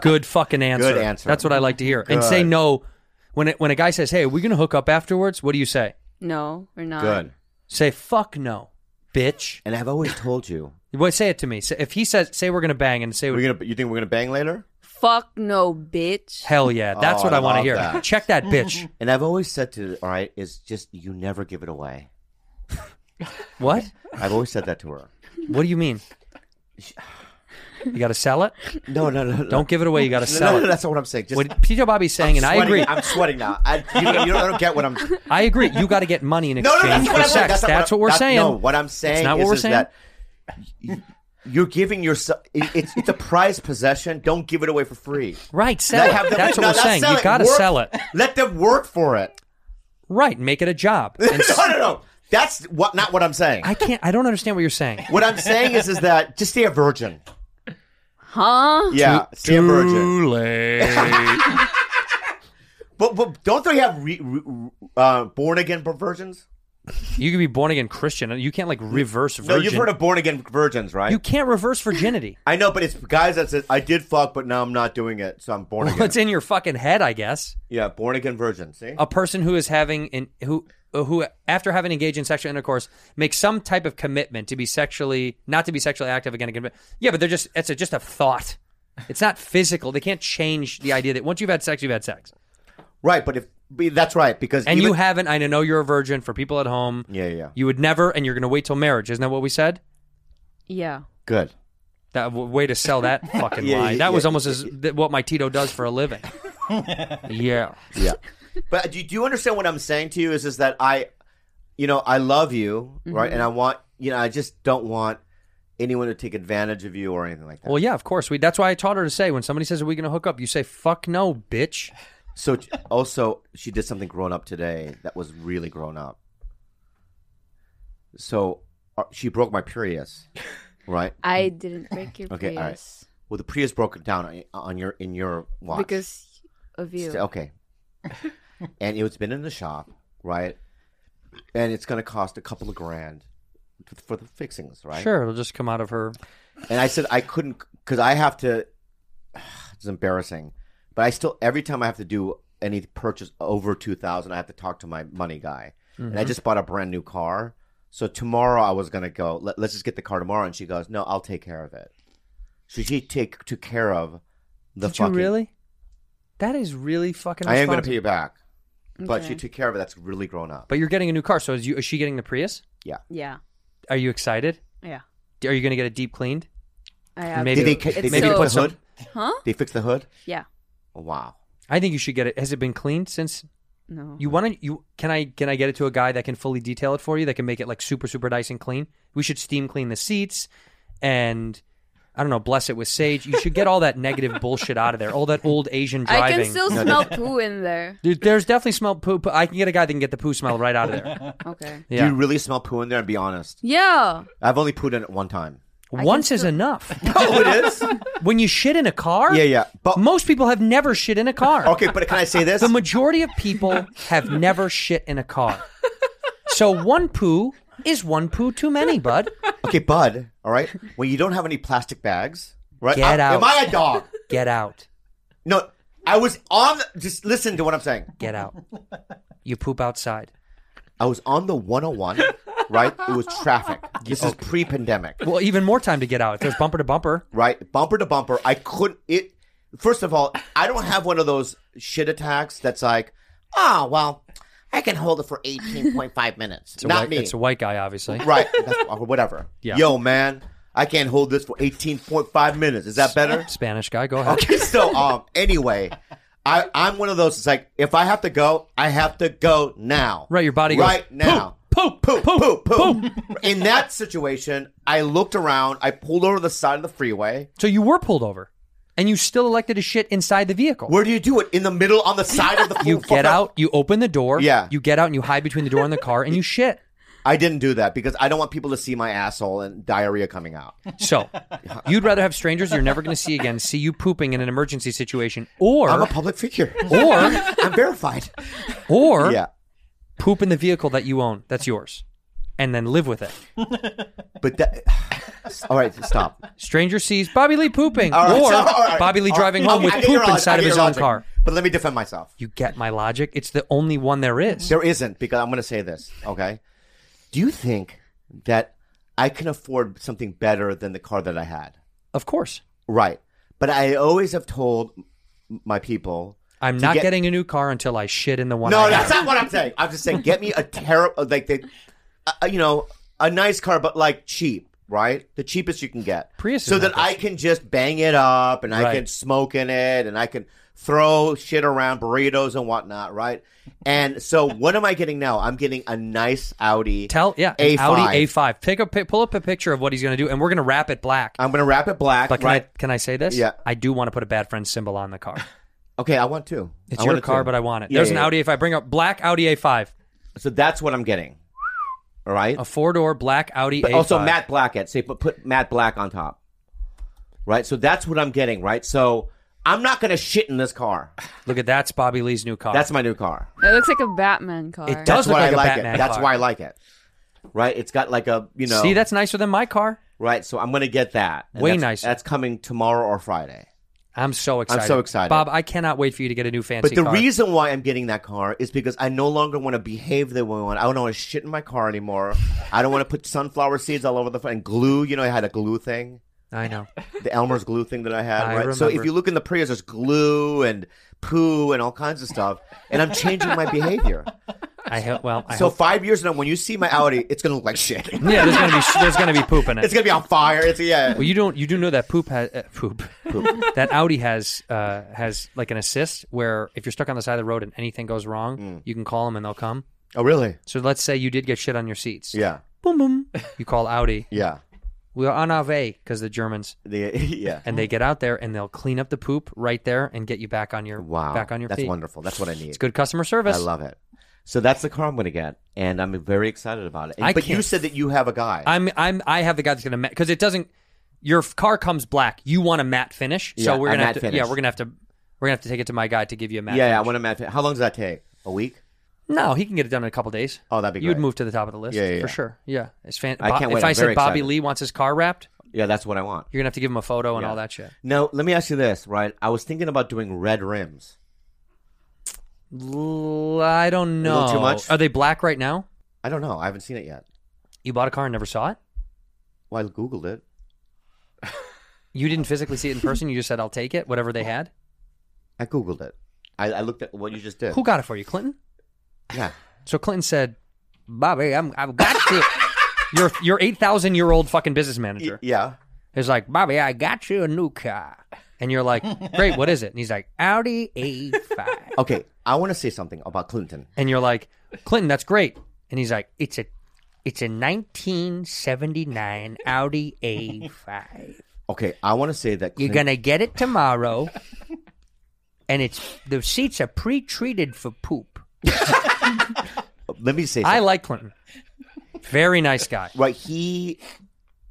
[SPEAKER 5] Good fucking answer.
[SPEAKER 7] Good answer.
[SPEAKER 5] That's what I like to hear. And say
[SPEAKER 7] Good.
[SPEAKER 5] no when it, when a guy says, "Hey, are we gonna hook up afterwards?" What do you say?
[SPEAKER 9] no, we're not.
[SPEAKER 7] Good.
[SPEAKER 5] Say fuck no, bitch.
[SPEAKER 7] Uh, And I've always told you,
[SPEAKER 5] Wait, say it to me. Say, if he says, "Say we're gonna bang," and say
[SPEAKER 7] we're gonna. You think we're gonna bang later?
[SPEAKER 9] Fuck no, bitch.
[SPEAKER 5] Hell
[SPEAKER 7] *laughs*
[SPEAKER 5] yeah. That's
[SPEAKER 7] Oh,
[SPEAKER 5] what
[SPEAKER 7] I
[SPEAKER 5] I, want to
[SPEAKER 7] love
[SPEAKER 5] hear.
[SPEAKER 7] that.
[SPEAKER 5] Check that bitch.
[SPEAKER 7] And I've always said to, all right, is just you never give it away.
[SPEAKER 5] what?
[SPEAKER 7] I've always said that to her.
[SPEAKER 5] What do you mean? You got to sell it?
[SPEAKER 7] No, no, no. no.
[SPEAKER 5] Don't give it away. You got to
[SPEAKER 7] No,
[SPEAKER 5] sell
[SPEAKER 7] no, no,
[SPEAKER 5] it.
[SPEAKER 7] that's not what I'm saying. Just
[SPEAKER 5] What PJ Bobby's saying, and I
[SPEAKER 7] sweating.
[SPEAKER 5] agree.
[SPEAKER 7] I'm sweating now. I, you, you don't, I don't
[SPEAKER 5] *laughs*
[SPEAKER 7] get what I'm. No,
[SPEAKER 5] I agree. You got to get money in
[SPEAKER 7] no,
[SPEAKER 5] exchange
[SPEAKER 7] that's
[SPEAKER 5] for
[SPEAKER 7] what I'm saying.
[SPEAKER 5] sex. That's,
[SPEAKER 7] I'm-
[SPEAKER 5] what, we're
[SPEAKER 7] that-
[SPEAKER 5] saying.
[SPEAKER 7] No, what I'm saying
[SPEAKER 5] not what
[SPEAKER 7] is,
[SPEAKER 5] we're
[SPEAKER 7] is
[SPEAKER 5] saying.
[SPEAKER 7] that y- you're giving yourself. it- It's it's a prized possession. Don't give it away for free.
[SPEAKER 5] right, sell
[SPEAKER 7] Have
[SPEAKER 5] it.
[SPEAKER 7] them-
[SPEAKER 5] That's what
[SPEAKER 7] no,
[SPEAKER 5] we're
[SPEAKER 7] not
[SPEAKER 5] saying.
[SPEAKER 7] sell
[SPEAKER 5] You got to
[SPEAKER 7] Work-
[SPEAKER 5] sell it.
[SPEAKER 7] Let them work for it.
[SPEAKER 5] Right, make it a
[SPEAKER 7] *laughs*
[SPEAKER 5] job.
[SPEAKER 7] no,
[SPEAKER 5] And s-
[SPEAKER 7] no, no. That's what not what I'm saying.
[SPEAKER 5] I can't. I don't understand what you're saying.
[SPEAKER 7] what I'm saying is, is that just stay a virgin.
[SPEAKER 9] Huh?
[SPEAKER 7] Yeah, stay a virgin.
[SPEAKER 5] late.
[SPEAKER 7] *laughs* But, but don't they have re, re, uh, born again virgins?
[SPEAKER 5] you can be born again Christian. You can't like reverse virgin.
[SPEAKER 7] No, you've heard of born again virgins, right?
[SPEAKER 5] You can't reverse
[SPEAKER 7] *laughs*
[SPEAKER 5] virginity.
[SPEAKER 7] I know, but it's guys that says I did fuck, but now I'm not doing it, so I'm born again.
[SPEAKER 5] It's in your fucking head, I guess.
[SPEAKER 7] Yeah, born again virgin. See,
[SPEAKER 5] a person who is having in who who after having engaged in sexual intercourse makes some type of commitment to be sexually not to be sexually active again again but- yeah but they're just it's a, just a thought it's not physical they can't change the idea that once you've had sex you've had sex
[SPEAKER 7] right? But if be- that's right because
[SPEAKER 5] And you
[SPEAKER 7] even-
[SPEAKER 5] haven't. I know you're a virgin. For people at home,
[SPEAKER 7] yeah yeah, yeah
[SPEAKER 5] you would never, and you're going to wait till marriage. Isn't that what we said?
[SPEAKER 9] Yeah.
[SPEAKER 7] good
[SPEAKER 5] That w- way to sell that fucking
[SPEAKER 7] *laughs* Yeah,
[SPEAKER 5] lie.
[SPEAKER 7] yeah,
[SPEAKER 5] that was
[SPEAKER 7] yeah.
[SPEAKER 5] almost
[SPEAKER 7] *laughs*
[SPEAKER 5] as th- what my Tito does for a living. yeah. *laughs*
[SPEAKER 7] yeah. But do, do you understand what I'm saying to you? Is is that I, you know, I love you, right?
[SPEAKER 5] Mm-hmm.
[SPEAKER 7] And I want, you know, I just don't want anyone to take advantage of you or anything like that.
[SPEAKER 5] Well, yeah, of course. We. That's why I taught her to say when somebody says, "Are we going to hook up?" You say, "Fuck no, bitch."
[SPEAKER 7] so t- also, she did something grown up today that was really grown up. So uh, she broke my Prius, right?
[SPEAKER 9] I didn't break your
[SPEAKER 7] Hmm. Okay, all right.
[SPEAKER 9] Prius
[SPEAKER 7] Well, the Prius broke it down on- on your in your watch
[SPEAKER 9] because of you.
[SPEAKER 7] St-
[SPEAKER 9] *laughs*
[SPEAKER 7] okay. and it's been in the shop, right? And it's going to cost a couple of grand f- for the fixings, right?
[SPEAKER 5] Sure, it'll just come out of her.
[SPEAKER 7] And I said I couldn't because I have to. *sighs* It's embarrassing, but I still every time I have to do any purchase over two thousand, I have to talk to my money guy. And
[SPEAKER 5] Mm-hmm.
[SPEAKER 7] I just bought a brand new car, so tomorrow I was gonna go. Let, let's just get the car tomorrow. And she goes, "No, I'll take care of it." So she take took care of the
[SPEAKER 5] Did
[SPEAKER 7] fucking.
[SPEAKER 5] you really? That is really fucking.
[SPEAKER 7] I am gonna
[SPEAKER 5] responsible.
[SPEAKER 7] pay you back, but she
[SPEAKER 9] Okay.
[SPEAKER 7] took care of it. That's really grown up.
[SPEAKER 5] But you're getting a new car, so is you? Is she getting the Prius?
[SPEAKER 9] Yeah.
[SPEAKER 5] Are you excited?
[SPEAKER 9] Yeah.
[SPEAKER 5] Are you going to get it deep cleaned?
[SPEAKER 9] I have
[SPEAKER 5] Maybe-
[SPEAKER 9] to.
[SPEAKER 7] Did they,
[SPEAKER 9] It's
[SPEAKER 7] they
[SPEAKER 5] maybe
[SPEAKER 9] so,
[SPEAKER 7] fix
[SPEAKER 5] put
[SPEAKER 7] the
[SPEAKER 5] some-
[SPEAKER 7] hood?
[SPEAKER 9] Huh?
[SPEAKER 7] They fixed the hood.
[SPEAKER 9] Yeah.
[SPEAKER 7] Wow.
[SPEAKER 5] I think you should get it. Has it been cleaned since
[SPEAKER 9] No.
[SPEAKER 5] you want to? You can I can I get it to a guy that can fully detail it for you? That can make it like super super nice and clean. We should steam clean the seats, and I don't know, bless it with sage. You should get all that negative bullshit out of there. All that old Asian driving.
[SPEAKER 9] I can still smell poo
[SPEAKER 7] *laughs*
[SPEAKER 9] in there.
[SPEAKER 5] Dude, there's definitely smell poo. poo. I can get a guy that can get the poo smell right out of
[SPEAKER 7] *laughs*
[SPEAKER 5] there.
[SPEAKER 9] Okay.
[SPEAKER 5] Yeah.
[SPEAKER 7] Do you really smell poo in there? And be honest,
[SPEAKER 9] Yeah.
[SPEAKER 7] I've only pooed in it one time.
[SPEAKER 5] Once is enough.
[SPEAKER 7] *laughs* Oh, it is.
[SPEAKER 5] *laughs* when you shit in a car,
[SPEAKER 7] Yeah, yeah. But
[SPEAKER 5] Most people have never shit in a car.
[SPEAKER 7] okay, but can I say this?
[SPEAKER 5] The majority of people have never shit in a car. So one poo is one poo too many, bud.
[SPEAKER 7] okay, bud. All right. When you don't have any plastic bags, right?
[SPEAKER 5] Get
[SPEAKER 7] I- Am
[SPEAKER 5] out.
[SPEAKER 7] I a dog?
[SPEAKER 5] Get out.
[SPEAKER 7] No, I was on. The, just listen to what I'm saying.
[SPEAKER 5] Get
[SPEAKER 7] *laughs*
[SPEAKER 5] out. You poop outside.
[SPEAKER 7] I was on the 101. Right. It was traffic. This is pre-pandemic.
[SPEAKER 5] Well, even more time to get out. If there's bumper to bumper,
[SPEAKER 7] Right. Bumper to bumper. I couldn't. It. First of all, I don't have one of those shit attacks that's like, oh well, I can hold it for 18.5 minutes.
[SPEAKER 5] it's a,
[SPEAKER 7] Not
[SPEAKER 5] white,
[SPEAKER 7] me.
[SPEAKER 5] it's a white guy, obviously.
[SPEAKER 7] right. That's, or whatever.
[SPEAKER 5] Yeah.
[SPEAKER 7] Yo, man, I can't hold this for 18.5 minutes. Is that better?
[SPEAKER 5] Spanish guy, go ahead.
[SPEAKER 7] Okay, so um, anyway, I I'm one of those. It's like if I have to go, I have to go now.
[SPEAKER 5] Right, your body goes,
[SPEAKER 7] right now.
[SPEAKER 5] poop,
[SPEAKER 7] poop,
[SPEAKER 5] poop,
[SPEAKER 7] poop, poop. In that situation, I looked around. I pulled over the side of the freeway.
[SPEAKER 5] So you were pulled over, and you still elected to shit inside the vehicle.
[SPEAKER 7] Where do you do it? In the middle, on the side of the.
[SPEAKER 5] *laughs* you
[SPEAKER 7] fuck
[SPEAKER 5] get
[SPEAKER 7] up.
[SPEAKER 5] out, you open the door,
[SPEAKER 7] Yeah.
[SPEAKER 5] you get out and you hide between the door and the car, and you shit.
[SPEAKER 7] I didn't do that because I don't want people to see my asshole and diarrhea coming out. *laughs*
[SPEAKER 5] So, you'd rather have strangers you're never going to see again see you pooping in an emergency situation, or
[SPEAKER 7] I'm a public figure.
[SPEAKER 5] *laughs* or
[SPEAKER 7] I'm verified.
[SPEAKER 5] or
[SPEAKER 7] Yeah,
[SPEAKER 5] poop in the vehicle that you own that's yours, and then live with it.
[SPEAKER 7] but that. *sighs* All right, stop.
[SPEAKER 5] Stranger sees Bobby Lee pooping,
[SPEAKER 7] *laughs* All right,
[SPEAKER 5] or
[SPEAKER 7] so- all right.
[SPEAKER 5] Bobby Lee
[SPEAKER 7] All right,
[SPEAKER 5] driving home
[SPEAKER 7] okay,
[SPEAKER 5] with
[SPEAKER 7] I get your
[SPEAKER 5] poop
[SPEAKER 7] logic, I
[SPEAKER 5] inside of
[SPEAKER 7] get
[SPEAKER 5] his
[SPEAKER 7] your
[SPEAKER 5] own
[SPEAKER 7] logic.
[SPEAKER 5] car.
[SPEAKER 7] But let me defend myself.
[SPEAKER 5] You get my logic? It's the only one there is.
[SPEAKER 7] There isn't because I'm going to say this. Okay. Do you think that I can afford something better than the car that I had?
[SPEAKER 5] Of course,
[SPEAKER 7] Right. But I always have told m- my people.
[SPEAKER 5] I'm
[SPEAKER 7] to
[SPEAKER 5] not
[SPEAKER 7] get-
[SPEAKER 5] getting a new car until I shit in the one.
[SPEAKER 7] No,
[SPEAKER 5] I
[SPEAKER 7] that's
[SPEAKER 5] have.
[SPEAKER 7] not what I'm saying. I'm just saying, get me a terrible, like the, uh, you know, a nice car, but like cheap. Right, the cheapest you can get,
[SPEAKER 5] Prius is
[SPEAKER 7] so
[SPEAKER 5] not
[SPEAKER 7] that
[SPEAKER 5] that
[SPEAKER 7] I can just bang it up, and I
[SPEAKER 5] Right.
[SPEAKER 7] can smoke in it, and I can throw shit around, burritos and whatnot. Right, and so what am I getting now? I'm getting a nice Audi.
[SPEAKER 5] Tell yeah, an
[SPEAKER 7] A5.
[SPEAKER 5] Audi A5. Pick a pic- pull up a picture of what he's going to do, and we're going to wrap it black.
[SPEAKER 7] I'm gonna wrap it black.
[SPEAKER 5] But can
[SPEAKER 7] right?
[SPEAKER 5] I can I say this?
[SPEAKER 7] Yeah.
[SPEAKER 5] I do want to put a bad friend symbol on the
[SPEAKER 7] *sighs*
[SPEAKER 5] car.
[SPEAKER 7] okay, I want two.
[SPEAKER 5] It's
[SPEAKER 7] I want
[SPEAKER 5] your
[SPEAKER 7] it
[SPEAKER 5] car,
[SPEAKER 7] too.
[SPEAKER 5] but I want it.
[SPEAKER 7] Yeah,
[SPEAKER 5] There's
[SPEAKER 7] yeah,
[SPEAKER 5] an
[SPEAKER 7] yeah.
[SPEAKER 5] Audi A5. Bring up black Audi A5,
[SPEAKER 7] So that's what I'm getting. All right.
[SPEAKER 5] a four door black Audi
[SPEAKER 7] But
[SPEAKER 5] A5.
[SPEAKER 7] also Matt Blackett. Say put, put Matt Black on top. Right. So that's what I'm getting. Right. So I'm not gonna shit in this car.
[SPEAKER 5] Look at that's Bobby Lee's new car.
[SPEAKER 7] That's my new car.
[SPEAKER 9] It looks like a Batman car.
[SPEAKER 5] It does.
[SPEAKER 7] That's
[SPEAKER 5] look
[SPEAKER 7] why
[SPEAKER 5] like a
[SPEAKER 7] I like
[SPEAKER 5] Batman
[SPEAKER 7] it. That's
[SPEAKER 5] car.
[SPEAKER 7] why I like it. Right. It's got like a you know.
[SPEAKER 5] see that's nicer than my car.
[SPEAKER 7] Right. So I'm gonna get that. And
[SPEAKER 5] Way
[SPEAKER 7] that's-
[SPEAKER 5] nicer.
[SPEAKER 7] That's coming tomorrow or Friday.
[SPEAKER 5] I'm so excited.
[SPEAKER 7] so excited.
[SPEAKER 5] Bob. I cannot wait for you to get a new fancy.
[SPEAKER 7] But the
[SPEAKER 5] car.
[SPEAKER 7] reason why I'm getting that car is because I no longer want to behave the way I want. I don't want to shit in my car anymore. I don't want to put sunflower seeds all over the front and glue. You know, I had a glue thing,
[SPEAKER 5] I know.
[SPEAKER 7] the Elmer's glue thing that I had.
[SPEAKER 5] I
[SPEAKER 7] right. So if
[SPEAKER 5] remember.
[SPEAKER 7] you look in the Prius, there's glue and poo and all kinds of stuff, and I'm changing my behavior.
[SPEAKER 5] I hope. Well, *laughs* I
[SPEAKER 7] *laughs* so
[SPEAKER 5] hope.
[SPEAKER 7] five years from now, when you see my Audi, it's gonna look like
[SPEAKER 5] *laughs*
[SPEAKER 7] shit.
[SPEAKER 5] Yeah, there's gonna be sh- there's gonna be poop in it.
[SPEAKER 7] It's gonna be on fire. It's yeah.
[SPEAKER 5] well, you don't you do know that poop has uh, poop. *laughs* that Audi has uh, has like an assist where if you're stuck on the side of the road and anything goes wrong,
[SPEAKER 7] Mm.
[SPEAKER 5] you can call them and they'll come.
[SPEAKER 7] Oh really?
[SPEAKER 5] So let's say you did get shit on your seats.
[SPEAKER 7] Yeah.
[SPEAKER 5] Boom boom. You call Audi.
[SPEAKER 7] Yeah.
[SPEAKER 5] We're on our way because the Germans
[SPEAKER 7] The, *laughs* yeah.
[SPEAKER 5] and they get out there and they'll clean up the poop right there and get you back on your
[SPEAKER 7] Wow.
[SPEAKER 5] back on your
[SPEAKER 7] That's
[SPEAKER 5] feet.
[SPEAKER 7] wonderful. That's what I need.
[SPEAKER 5] It's good customer service.
[SPEAKER 7] I love it. So that's the car I'm going to get, and I'm very excited about it. And-
[SPEAKER 5] I
[SPEAKER 7] but you
[SPEAKER 5] can't-
[SPEAKER 7] said that you have a guy.
[SPEAKER 5] I'm I'm I have the guy that's gonna because it doesn't. Your f- car comes black. You want a matte finish, so
[SPEAKER 7] Yeah,
[SPEAKER 5] we're
[SPEAKER 7] a
[SPEAKER 5] gonna have
[SPEAKER 7] matte
[SPEAKER 5] to.
[SPEAKER 7] finish.
[SPEAKER 5] Yeah, we're gonna have to. We're gonna have to take it to my guy to give you a matte.
[SPEAKER 7] yeah, yeah, I
[SPEAKER 5] finish.
[SPEAKER 7] want to match. it. How long does that take? A week?
[SPEAKER 5] No, he can get it done in a couple days.
[SPEAKER 7] Oh, that'd be
[SPEAKER 5] You would
[SPEAKER 7] great.
[SPEAKER 5] move to the top of the list
[SPEAKER 7] Yeah, yeah, yeah.
[SPEAKER 5] for sure. Yeah, it's fan-
[SPEAKER 7] I
[SPEAKER 5] Bo-
[SPEAKER 7] can't wait.
[SPEAKER 5] If
[SPEAKER 7] I'm
[SPEAKER 5] I
[SPEAKER 7] very
[SPEAKER 5] said Bobby
[SPEAKER 7] excited.
[SPEAKER 5] Lee wants his car wrapped,
[SPEAKER 7] Yeah, that's what I want.
[SPEAKER 5] you're gonna have to give him a photo and
[SPEAKER 7] Yeah.
[SPEAKER 5] all that shit.
[SPEAKER 7] Now, let me ask you this, right? I was thinking about doing red rims.
[SPEAKER 5] L- I don't
[SPEAKER 7] A little
[SPEAKER 5] know.
[SPEAKER 7] too much?
[SPEAKER 5] Are they black right now?
[SPEAKER 7] I don't know. I haven't seen it yet.
[SPEAKER 5] You bought a car and never saw it.
[SPEAKER 7] Well, I Googled it.
[SPEAKER 5] You didn't physically see it in person. You just said, "I'll take it," whatever they
[SPEAKER 7] *laughs*
[SPEAKER 5] had.
[SPEAKER 7] I Googled it. I, I looked at what you just did.
[SPEAKER 5] Who got it for you, Clinton?
[SPEAKER 7] Yeah.
[SPEAKER 5] So Clinton said, "Bobby, I'm I've got you." your your eight thousand year old fucking business manager
[SPEAKER 7] Yeah.
[SPEAKER 5] is like, "Bobby, I got you a new car," and you're like, "Great, what is it?" And he's like, "Audi A5,"
[SPEAKER 7] Okay. I want to say something about Clinton.
[SPEAKER 5] and you're like, "Clinton, that's great," and he's like, "It's a it's a 1979 Audi A5.
[SPEAKER 7] Okay. I want to say that
[SPEAKER 5] You're
[SPEAKER 7] Clin-
[SPEAKER 5] gonna get it tomorrow, and it's the seats are pre treated for poop."
[SPEAKER 7] Let me say something.
[SPEAKER 5] I like Clinton. Very nice guy.
[SPEAKER 7] Right, he.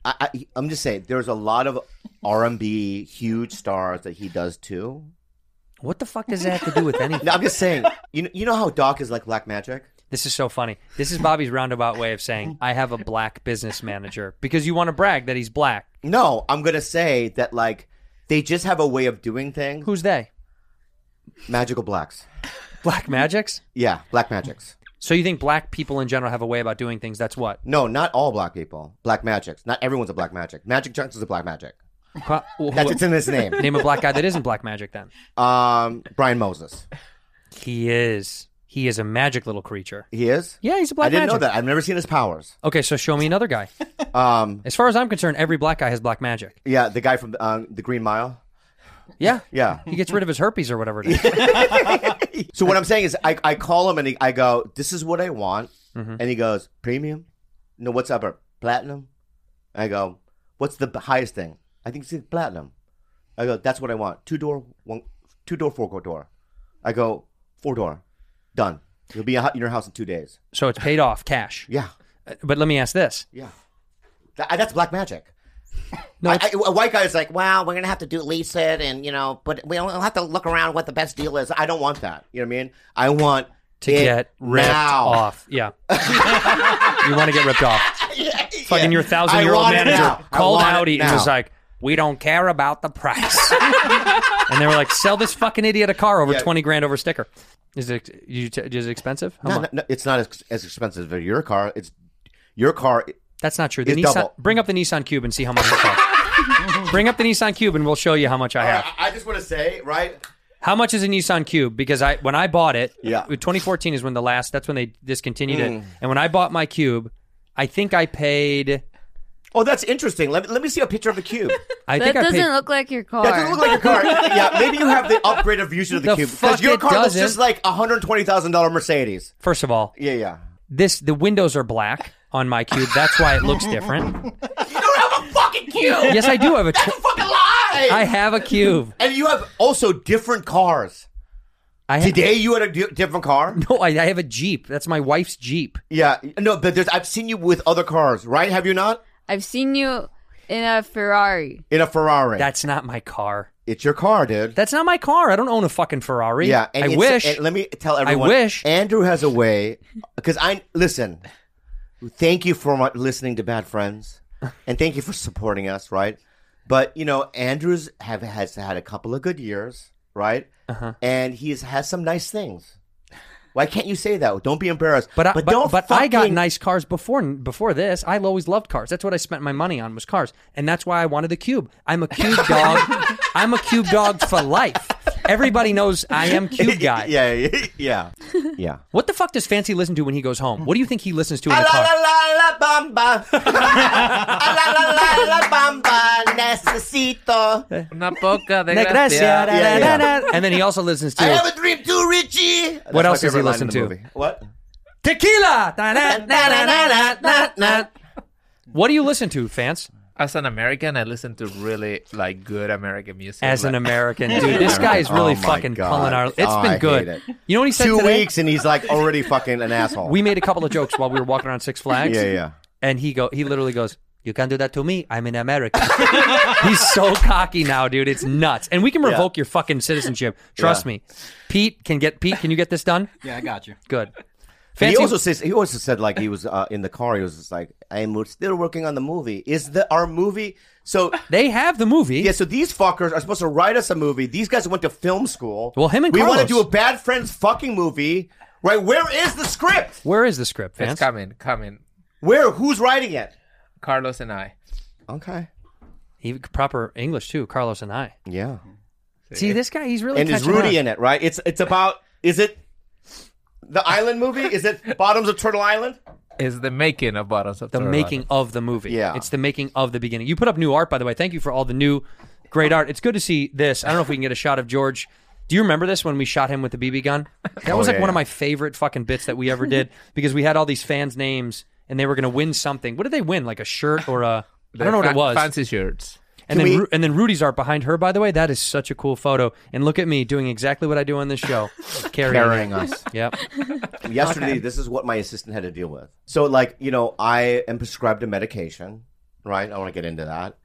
[SPEAKER 7] I, I, I'm just saying, there's a lot of R&B huge stars that he does too.
[SPEAKER 5] What the fuck does that have to do with anything?
[SPEAKER 7] No, I'm just saying. You know, you know how Doc is like Black Magic.
[SPEAKER 5] This is so funny. This is Bobby's roundabout way of saying I have a black business manager because you want to brag that he's black.
[SPEAKER 7] No, I'm gonna say that like they just have a way of doing things.
[SPEAKER 5] Who's they?
[SPEAKER 7] Magical blacks.
[SPEAKER 5] Black magics?
[SPEAKER 7] Yeah, Black Magics.
[SPEAKER 5] So you think black people in general have a way about doing things? That's what.
[SPEAKER 7] No, not all black people. Black Magics. Not everyone's a Black Magic. Magic Johnson is a Black Magic.
[SPEAKER 5] Huh? Wh-
[SPEAKER 7] That's
[SPEAKER 5] wh-
[SPEAKER 7] it's in
[SPEAKER 5] *laughs*
[SPEAKER 7] his name.
[SPEAKER 5] Name a black guy that isn't black magic. Then
[SPEAKER 7] Um, Brian Moses.
[SPEAKER 5] he is. He is a magic little creature.
[SPEAKER 7] He is.
[SPEAKER 5] Yeah, he's a black.
[SPEAKER 7] I didn't
[SPEAKER 5] magic.
[SPEAKER 7] know that. I've never seen his powers.
[SPEAKER 5] Okay, so show me another guy.
[SPEAKER 7] Um,
[SPEAKER 5] As far as I'm concerned, every black guy has black magic.
[SPEAKER 7] yeah, the guy from um, the Green Mile.
[SPEAKER 5] Yeah,
[SPEAKER 7] Yeah.
[SPEAKER 5] he gets rid of his herpes or whatever.
[SPEAKER 7] *laughs*
[SPEAKER 5] It is.
[SPEAKER 7] So what I'm saying is, I, I call him and he, I go, "This is what I want," and he goes, "Premium? No, what's upper? Platinum?" I go, "What's the b- highest thing?" I think it's platinum. I go, "That's what I want. Two door, one, two door, four door." I go, four door, done. You'll be out in your house in two days.
[SPEAKER 5] So it's paid off cash.
[SPEAKER 7] Yeah,
[SPEAKER 5] Uh, But let me ask this:
[SPEAKER 7] yeah. Th- that's black magic.
[SPEAKER 5] No,
[SPEAKER 7] I-
[SPEAKER 5] it's-
[SPEAKER 7] I- a white guy is like, "Wow, we're gonna have to do lease it, and you know, but we'll we'll have to look around what the best deal is." I don't want that. You know what I mean? I want
[SPEAKER 5] to
[SPEAKER 7] it
[SPEAKER 5] get ripped
[SPEAKER 7] now.
[SPEAKER 5] off.
[SPEAKER 7] *laughs*
[SPEAKER 5] Yeah. you want to get ripped off. Fucking your thousand
[SPEAKER 7] I
[SPEAKER 5] year old
[SPEAKER 7] want it
[SPEAKER 5] manager
[SPEAKER 7] now. I
[SPEAKER 5] called
[SPEAKER 7] want it
[SPEAKER 5] Audi and
[SPEAKER 7] now.
[SPEAKER 5] was like, We don't care about the
[SPEAKER 7] *laughs*
[SPEAKER 5] price. and they were like, Sell this fucking idiot a car over
[SPEAKER 7] Yeah.
[SPEAKER 5] 20 grand over sticker. Is it, you t- is it expensive? How
[SPEAKER 7] No,
[SPEAKER 5] much?
[SPEAKER 7] no, no, it's not as, as expensive as your car. It's your car.
[SPEAKER 5] That's not true. The
[SPEAKER 7] It's
[SPEAKER 5] Nissan,
[SPEAKER 7] double.
[SPEAKER 5] Bring up the Nissan Cube and see how much it costs.
[SPEAKER 7] *laughs*
[SPEAKER 5] bring up the Nissan Cube and we'll show you how much I have.
[SPEAKER 7] I, I just want to say, right?
[SPEAKER 5] How much is a Nissan Cube? Because I when I bought it,
[SPEAKER 7] Yeah. Mm.
[SPEAKER 5] 2014 is when the last. That's when they discontinued it. And when I bought my Cube, I think I paid.
[SPEAKER 7] Oh, that's interesting. Let, me- let me see a picture of the *laughs* cube.
[SPEAKER 5] I
[SPEAKER 9] That
[SPEAKER 5] think I
[SPEAKER 9] doesn't
[SPEAKER 5] paid
[SPEAKER 9] look like your car.
[SPEAKER 7] That doesn't look like a car. yeah, maybe you have the upgraded version of the,
[SPEAKER 5] The
[SPEAKER 7] cube
[SPEAKER 5] fuck
[SPEAKER 7] your
[SPEAKER 5] it
[SPEAKER 7] car looks
[SPEAKER 5] doesn't.
[SPEAKER 7] just like a hundred twenty thousand dollar Mercedes.
[SPEAKER 5] First of all,
[SPEAKER 7] Yeah, yeah.
[SPEAKER 5] this the windows are black on my cube. That's why it looks different.
[SPEAKER 7] *laughs* You don't have a fucking cube.
[SPEAKER 5] Yes, I do have a. Tw-
[SPEAKER 7] fucking lie.
[SPEAKER 5] I have a cube.
[SPEAKER 7] and you have also different cars.
[SPEAKER 5] I ha-
[SPEAKER 7] Today you had a di- different car.
[SPEAKER 5] *laughs* No, I, I have a Jeep. That's my wife's Jeep.
[SPEAKER 7] Yeah, no, but there's. I've seen you with other cars, right? Have you not?
[SPEAKER 9] I've seen you in a Ferrari.
[SPEAKER 7] In a Ferrari.
[SPEAKER 5] That's not my car.
[SPEAKER 7] it's your car, dude.
[SPEAKER 5] That's not my car. I don't own a fucking Ferrari.
[SPEAKER 7] Yeah, and
[SPEAKER 5] I
[SPEAKER 7] it's-
[SPEAKER 5] wish.
[SPEAKER 7] and let me tell everyone.
[SPEAKER 5] wish.
[SPEAKER 7] Andrew has a way because I listen. Thank you for my, listening to Bad Friends, and thank you for supporting us. Right, but you know, Andrew's have has had a couple of good years, right?
[SPEAKER 5] Uh-huh.
[SPEAKER 7] And he's has some nice things. Why can't you say that? Don't be embarrassed.
[SPEAKER 5] but I, but,
[SPEAKER 7] don't.
[SPEAKER 5] but I got
[SPEAKER 7] fucking-
[SPEAKER 5] nice cars before before this. I always loved cars. That's what I spent my money on was
[SPEAKER 7] *laughs*
[SPEAKER 5] cars, and that's why I wanted the cube. I'm a cube dog. I'm a cube dog for life. Everybody knows I am cute guy.
[SPEAKER 7] *laughs* yeah, yeah, *laughs* yeah, yeah.
[SPEAKER 5] What the fuck does Fancy listen to when he goes home? What do you think he listens to in
[SPEAKER 7] La
[SPEAKER 5] the
[SPEAKER 7] la
[SPEAKER 5] car?
[SPEAKER 7] la la bamba. *laughs* La la la la bamba. Necesito.
[SPEAKER 8] Una poca
[SPEAKER 5] *laughs*
[SPEAKER 8] de
[SPEAKER 5] Na gracia, da,
[SPEAKER 8] gracia.
[SPEAKER 5] da,
[SPEAKER 7] yeah.
[SPEAKER 5] da, da. And then he also listens
[SPEAKER 7] I have
[SPEAKER 5] to
[SPEAKER 7] a dream too, Richie.
[SPEAKER 5] What
[SPEAKER 7] That's my
[SPEAKER 5] else does he
[SPEAKER 7] favorite line
[SPEAKER 5] listen
[SPEAKER 7] in the
[SPEAKER 5] to?
[SPEAKER 7] movie. What? *laughs*
[SPEAKER 5] tequila. Da, da, da, da, da, da, da. What do you listen to, Fans?
[SPEAKER 8] As an American, I listen to really like good American music.
[SPEAKER 5] As an
[SPEAKER 8] like,
[SPEAKER 5] American, dude, this guy is really
[SPEAKER 7] Oh my
[SPEAKER 5] fucking
[SPEAKER 7] God.
[SPEAKER 5] pulling our. It's
[SPEAKER 7] Oh,
[SPEAKER 5] been
[SPEAKER 7] I
[SPEAKER 5] good.
[SPEAKER 7] hate it.
[SPEAKER 5] You know what he said
[SPEAKER 7] Two
[SPEAKER 5] today?
[SPEAKER 7] weeks and he's like already fucking an asshole.
[SPEAKER 5] We made a couple of jokes while we were walking around Six Flags.
[SPEAKER 7] *laughs* yeah, yeah.
[SPEAKER 5] And he go, he literally goes, "You can't do that to me. I'm an American." *laughs* He's so cocky now, dude. It's nuts. And we can revoke your fucking citizenship. Trust
[SPEAKER 7] Yeah.
[SPEAKER 5] me. Pete can get Pete. Can you get this done?
[SPEAKER 10] Yeah, I got you.
[SPEAKER 5] Good.
[SPEAKER 7] He
[SPEAKER 5] Fancy,
[SPEAKER 7] also says he also said like he was uh, in the car. He was just like, "I'm still working on the movie. Is the our movie?" So
[SPEAKER 5] they have the movie.
[SPEAKER 7] yeah, so these fuckers are supposed to write us a movie. These guys went to film school.
[SPEAKER 5] Well, him and
[SPEAKER 7] we want to
[SPEAKER 5] Carlos.
[SPEAKER 7] do a bad friends fucking movie, right? Where is the script?
[SPEAKER 5] Where is the script,
[SPEAKER 8] it's
[SPEAKER 5] Vance?
[SPEAKER 8] coming, coming.
[SPEAKER 7] Where? Who's writing it?
[SPEAKER 8] Carlos and I.
[SPEAKER 7] Okay.
[SPEAKER 5] He proper English too. Carlos and I.
[SPEAKER 7] Yeah.
[SPEAKER 5] See this guy. He's really
[SPEAKER 7] and is
[SPEAKER 5] catching
[SPEAKER 7] Rudy
[SPEAKER 5] on.
[SPEAKER 7] in it? Right? It's it's about is it the island movie? Is it Bottoms of Turtle Island?
[SPEAKER 8] It's the making of Bottoms of
[SPEAKER 5] the
[SPEAKER 8] Turtle
[SPEAKER 5] making
[SPEAKER 8] Island.
[SPEAKER 5] of the movie.
[SPEAKER 7] Yeah.
[SPEAKER 5] It's the making of the beginning. You put up new art, by the way. Thank you for all the new great art. It's good to see this. I don't know if we can get a shot of George. Do you remember this when we shot him with the BB gun? That was like
[SPEAKER 7] yeah,
[SPEAKER 5] one of
[SPEAKER 7] yeah.
[SPEAKER 5] my favorite fucking bits that we ever *laughs* did because we had all these fans' names and they were going to win something. What did they win? Like a shirt or a. I don't know what
[SPEAKER 8] Fa-
[SPEAKER 5] it was.
[SPEAKER 8] Fancy shirts.
[SPEAKER 5] and
[SPEAKER 7] Can
[SPEAKER 5] then
[SPEAKER 7] we-
[SPEAKER 5] Ru- and then Rudy's art behind her, by the way, that is such a cool photo. And look at me doing exactly what I do on this
[SPEAKER 7] *laughs*
[SPEAKER 5] show, carrying, it.
[SPEAKER 7] Carrying us.
[SPEAKER 5] Yep.
[SPEAKER 7] yesterday this is what my assistant had to deal with so like you know i am prescribed a medication right i don't want to get into that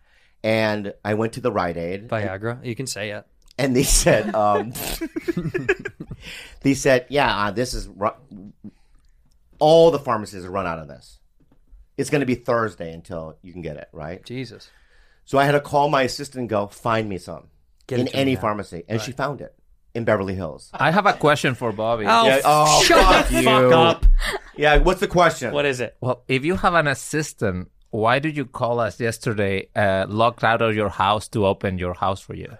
[SPEAKER 7] and i went to the rite aid
[SPEAKER 5] Viagra. You can say it.
[SPEAKER 7] and they said um, they said yeah uh, this is ru- all the pharmacies have run out of this it's going to be thursday until you can get it right
[SPEAKER 5] Jesus.
[SPEAKER 7] so i had to call my assistant and go find me some
[SPEAKER 5] Get it
[SPEAKER 7] in
[SPEAKER 5] to me
[SPEAKER 7] any
[SPEAKER 5] now."
[SPEAKER 7] pharmacy and she found it in beverly hills
[SPEAKER 8] I have a question for Bobby.
[SPEAKER 5] Oh,
[SPEAKER 7] Yeah, oh,
[SPEAKER 5] shut
[SPEAKER 7] fuck
[SPEAKER 5] the
[SPEAKER 7] you.
[SPEAKER 5] fuck up.
[SPEAKER 7] yeah what's the question
[SPEAKER 5] What is it?
[SPEAKER 8] Well, if you have an assistant, why did you call us yesterday uh, locked out of your house to open your house for you?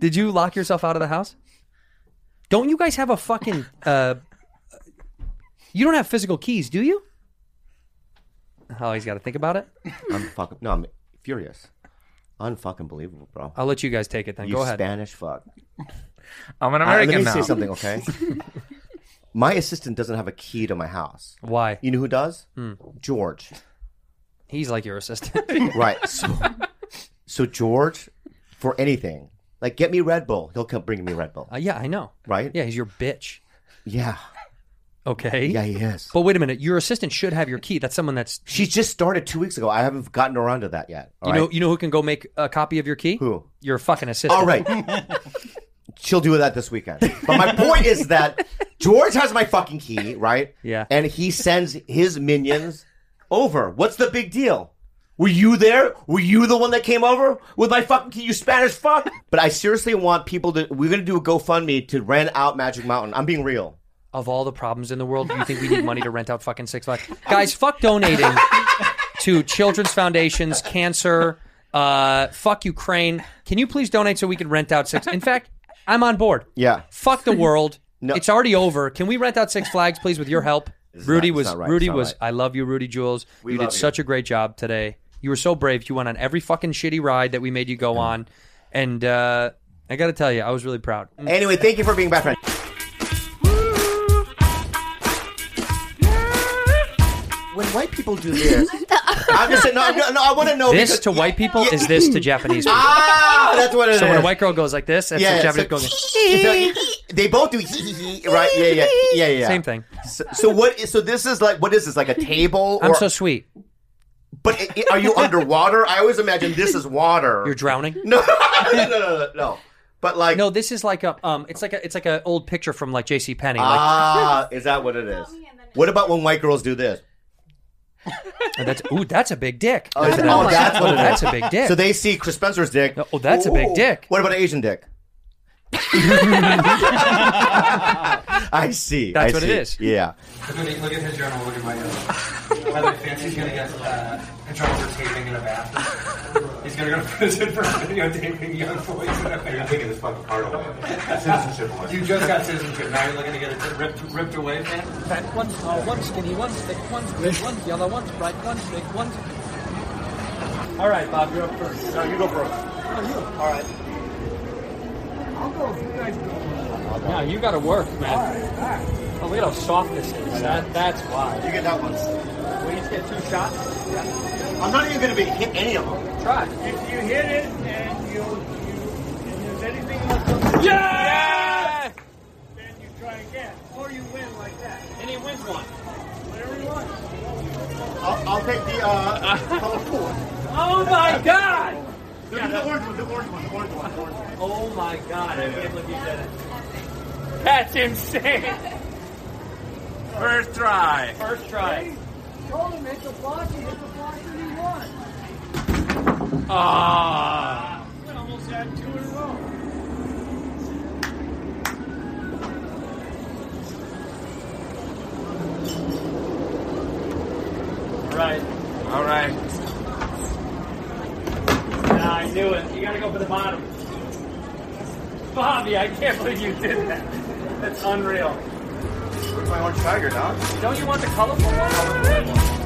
[SPEAKER 5] Did you lock yourself out of the house? Don't you guys have a fucking uh you don't have physical keys, do you? Oh, he's got to think about it.
[SPEAKER 7] i'm fucking no i'm furious unfucking believable bro
[SPEAKER 5] I'll let you guys take it then.
[SPEAKER 7] You
[SPEAKER 5] Oh, Go ahead.
[SPEAKER 7] Spanish fuck.
[SPEAKER 8] I'm an
[SPEAKER 7] Uh, let
[SPEAKER 8] American
[SPEAKER 7] me
[SPEAKER 8] now.
[SPEAKER 7] say something,
[SPEAKER 5] *laughs*
[SPEAKER 7] okay? my assistant doesn't have a key to my house.
[SPEAKER 5] Why?
[SPEAKER 7] You know who does?
[SPEAKER 5] Hmm. *laughs*
[SPEAKER 7] George.
[SPEAKER 5] He's like your assistant.
[SPEAKER 8] *laughs*
[SPEAKER 7] Right. So, so George, for anything, like get me Red Bull. He'll come bring me Red Bull.
[SPEAKER 5] Uh, yeah, I know.
[SPEAKER 7] Right?
[SPEAKER 5] Yeah, he's your bitch.
[SPEAKER 7] Yeah.
[SPEAKER 5] Okay.
[SPEAKER 7] Yeah, he is.
[SPEAKER 5] But wait a minute. Your assistant should have your key. That's someone that's
[SPEAKER 7] She just started two weeks ago. I haven't gotten around to that yet.
[SPEAKER 5] you
[SPEAKER 7] All
[SPEAKER 5] know
[SPEAKER 7] right?
[SPEAKER 5] you know who can go make a copy of your key?
[SPEAKER 7] Who?
[SPEAKER 5] Your fucking assistant.
[SPEAKER 7] All right. She'll do that this weekend. But my point is that George has my fucking key, right?
[SPEAKER 5] Yeah.
[SPEAKER 7] And he sends his minions over. What's the big deal? Were you there? Were you the one that came over with my fucking key, you Spanish fuck? But I seriously want people to. We're going to do a GoFundMe to rent out Magic Mountain. I'm being real.
[SPEAKER 5] of all the problems in the world, you think we
[SPEAKER 7] *laughs*
[SPEAKER 5] need money to rent out fucking Six Flags? Guys, fuck donating to children's foundations, cancer, uh, fuck Ukraine. Can you please donate so we can rent out Six? In fact, I'm on board.
[SPEAKER 7] Yeah.
[SPEAKER 5] Fuck the world.
[SPEAKER 7] *laughs* No.
[SPEAKER 5] It's already over. Can we rent out Six Flags, please,
[SPEAKER 7] *laughs*
[SPEAKER 5] with your help? Rudy
[SPEAKER 7] not- it's
[SPEAKER 5] was
[SPEAKER 7] not right,
[SPEAKER 5] Rudy
[SPEAKER 7] it's not
[SPEAKER 5] was.
[SPEAKER 7] right.
[SPEAKER 5] I love you, Rudy Jules. you did
[SPEAKER 7] love you.
[SPEAKER 5] such a great job today. You were so brave. You went on every fucking shitty ride that we made you go on, and uh, I got to tell you, I was really proud.
[SPEAKER 7] Anyway, thank you for being back, friend. When white people do this, *laughs* I'm just saying, no, no, no I want to know
[SPEAKER 5] This
[SPEAKER 7] because-
[SPEAKER 5] to white people is this
[SPEAKER 7] *laughs*
[SPEAKER 5] to Japanese people.
[SPEAKER 7] Ah, that's what it is.
[SPEAKER 5] So when a white girl goes like this, that's
[SPEAKER 7] yeah,
[SPEAKER 5] what
[SPEAKER 7] yeah,
[SPEAKER 5] Japanese
[SPEAKER 7] so-
[SPEAKER 5] girl goes.
[SPEAKER 7] so they both do hee hee hee, right? Yeah, yeah, yeah, *laughs* yeah.
[SPEAKER 5] Same thing.
[SPEAKER 7] So, so what? Is, so this is like what is this like a table?
[SPEAKER 5] I'm
[SPEAKER 7] or-
[SPEAKER 5] so sweet.
[SPEAKER 7] But i i- are you underwater? I always imagine this is water.
[SPEAKER 5] You're drowning.
[SPEAKER 7] *laughs* no, no, no, no, no. But like,
[SPEAKER 5] No, this is like a um, it's like a it's like an old picture from like J.C. Penney. Like
[SPEAKER 7] ah, is that what it is? What about when white girls do this?
[SPEAKER 5] oh, that's ooh, that's a big dick.
[SPEAKER 7] Oh, is that- oh, that's what
[SPEAKER 5] Oh,
[SPEAKER 7] it is.
[SPEAKER 5] that's a big dick.
[SPEAKER 7] *laughs* So they see Chris Spencer's dick.
[SPEAKER 5] Oh, that's a big dick.
[SPEAKER 7] What about an
[SPEAKER 5] *laughs*
[SPEAKER 7] Asian dick? *laughs* I see.
[SPEAKER 5] That's
[SPEAKER 7] I
[SPEAKER 5] what it
[SPEAKER 7] see.
[SPEAKER 5] is.
[SPEAKER 7] Yeah.
[SPEAKER 10] Look at his journal. Look at my journal. By the way, Fancy's gonna get uh, in trouble for taping in a bathroom. He's They're gonna put us in for videotaping young boys. They're gonna take this fucking card away. Citizenship away. You just got citizenship. Now you're looking to get it ripped, ripped away, man.
[SPEAKER 2] Fat one's small, one's skinny, one's thick, one's green, one's yellow, one's bright, one's big, one's. All right, Bob, you're up first. No, you go first. Oh, you. All right. I'll go. You guys go.
[SPEAKER 7] Now you got to work, man. Oh, look at how soft this is. That, that's why. You get that one. We each get two shots. I'm not even going to be hit any of them. Try.
[SPEAKER 2] If you hit it and you, you and there's anything else.
[SPEAKER 7] Yeah!
[SPEAKER 2] on- Then you try again, or you win like that. And he wins one. Whatever you want.
[SPEAKER 7] I'll, I'll take the uh, *laughs* colorful one.
[SPEAKER 2] Oh my God!
[SPEAKER 7] The, the orange one, the orange one, the orange one, the orange one. Oh my god, I can't believe you said it.
[SPEAKER 2] That's insane.
[SPEAKER 7] First try. First try.
[SPEAKER 2] Told him it's a block. You hit the block and you won.
[SPEAKER 7] Ah.
[SPEAKER 2] We almost had two in a row.
[SPEAKER 7] All right. All right.
[SPEAKER 2] Nah, I knew it. You gotta go for the bottom. Bobby, I can't believe you did that. That's unreal. Where's my orange tiger, dog? Don't you want the colorful one?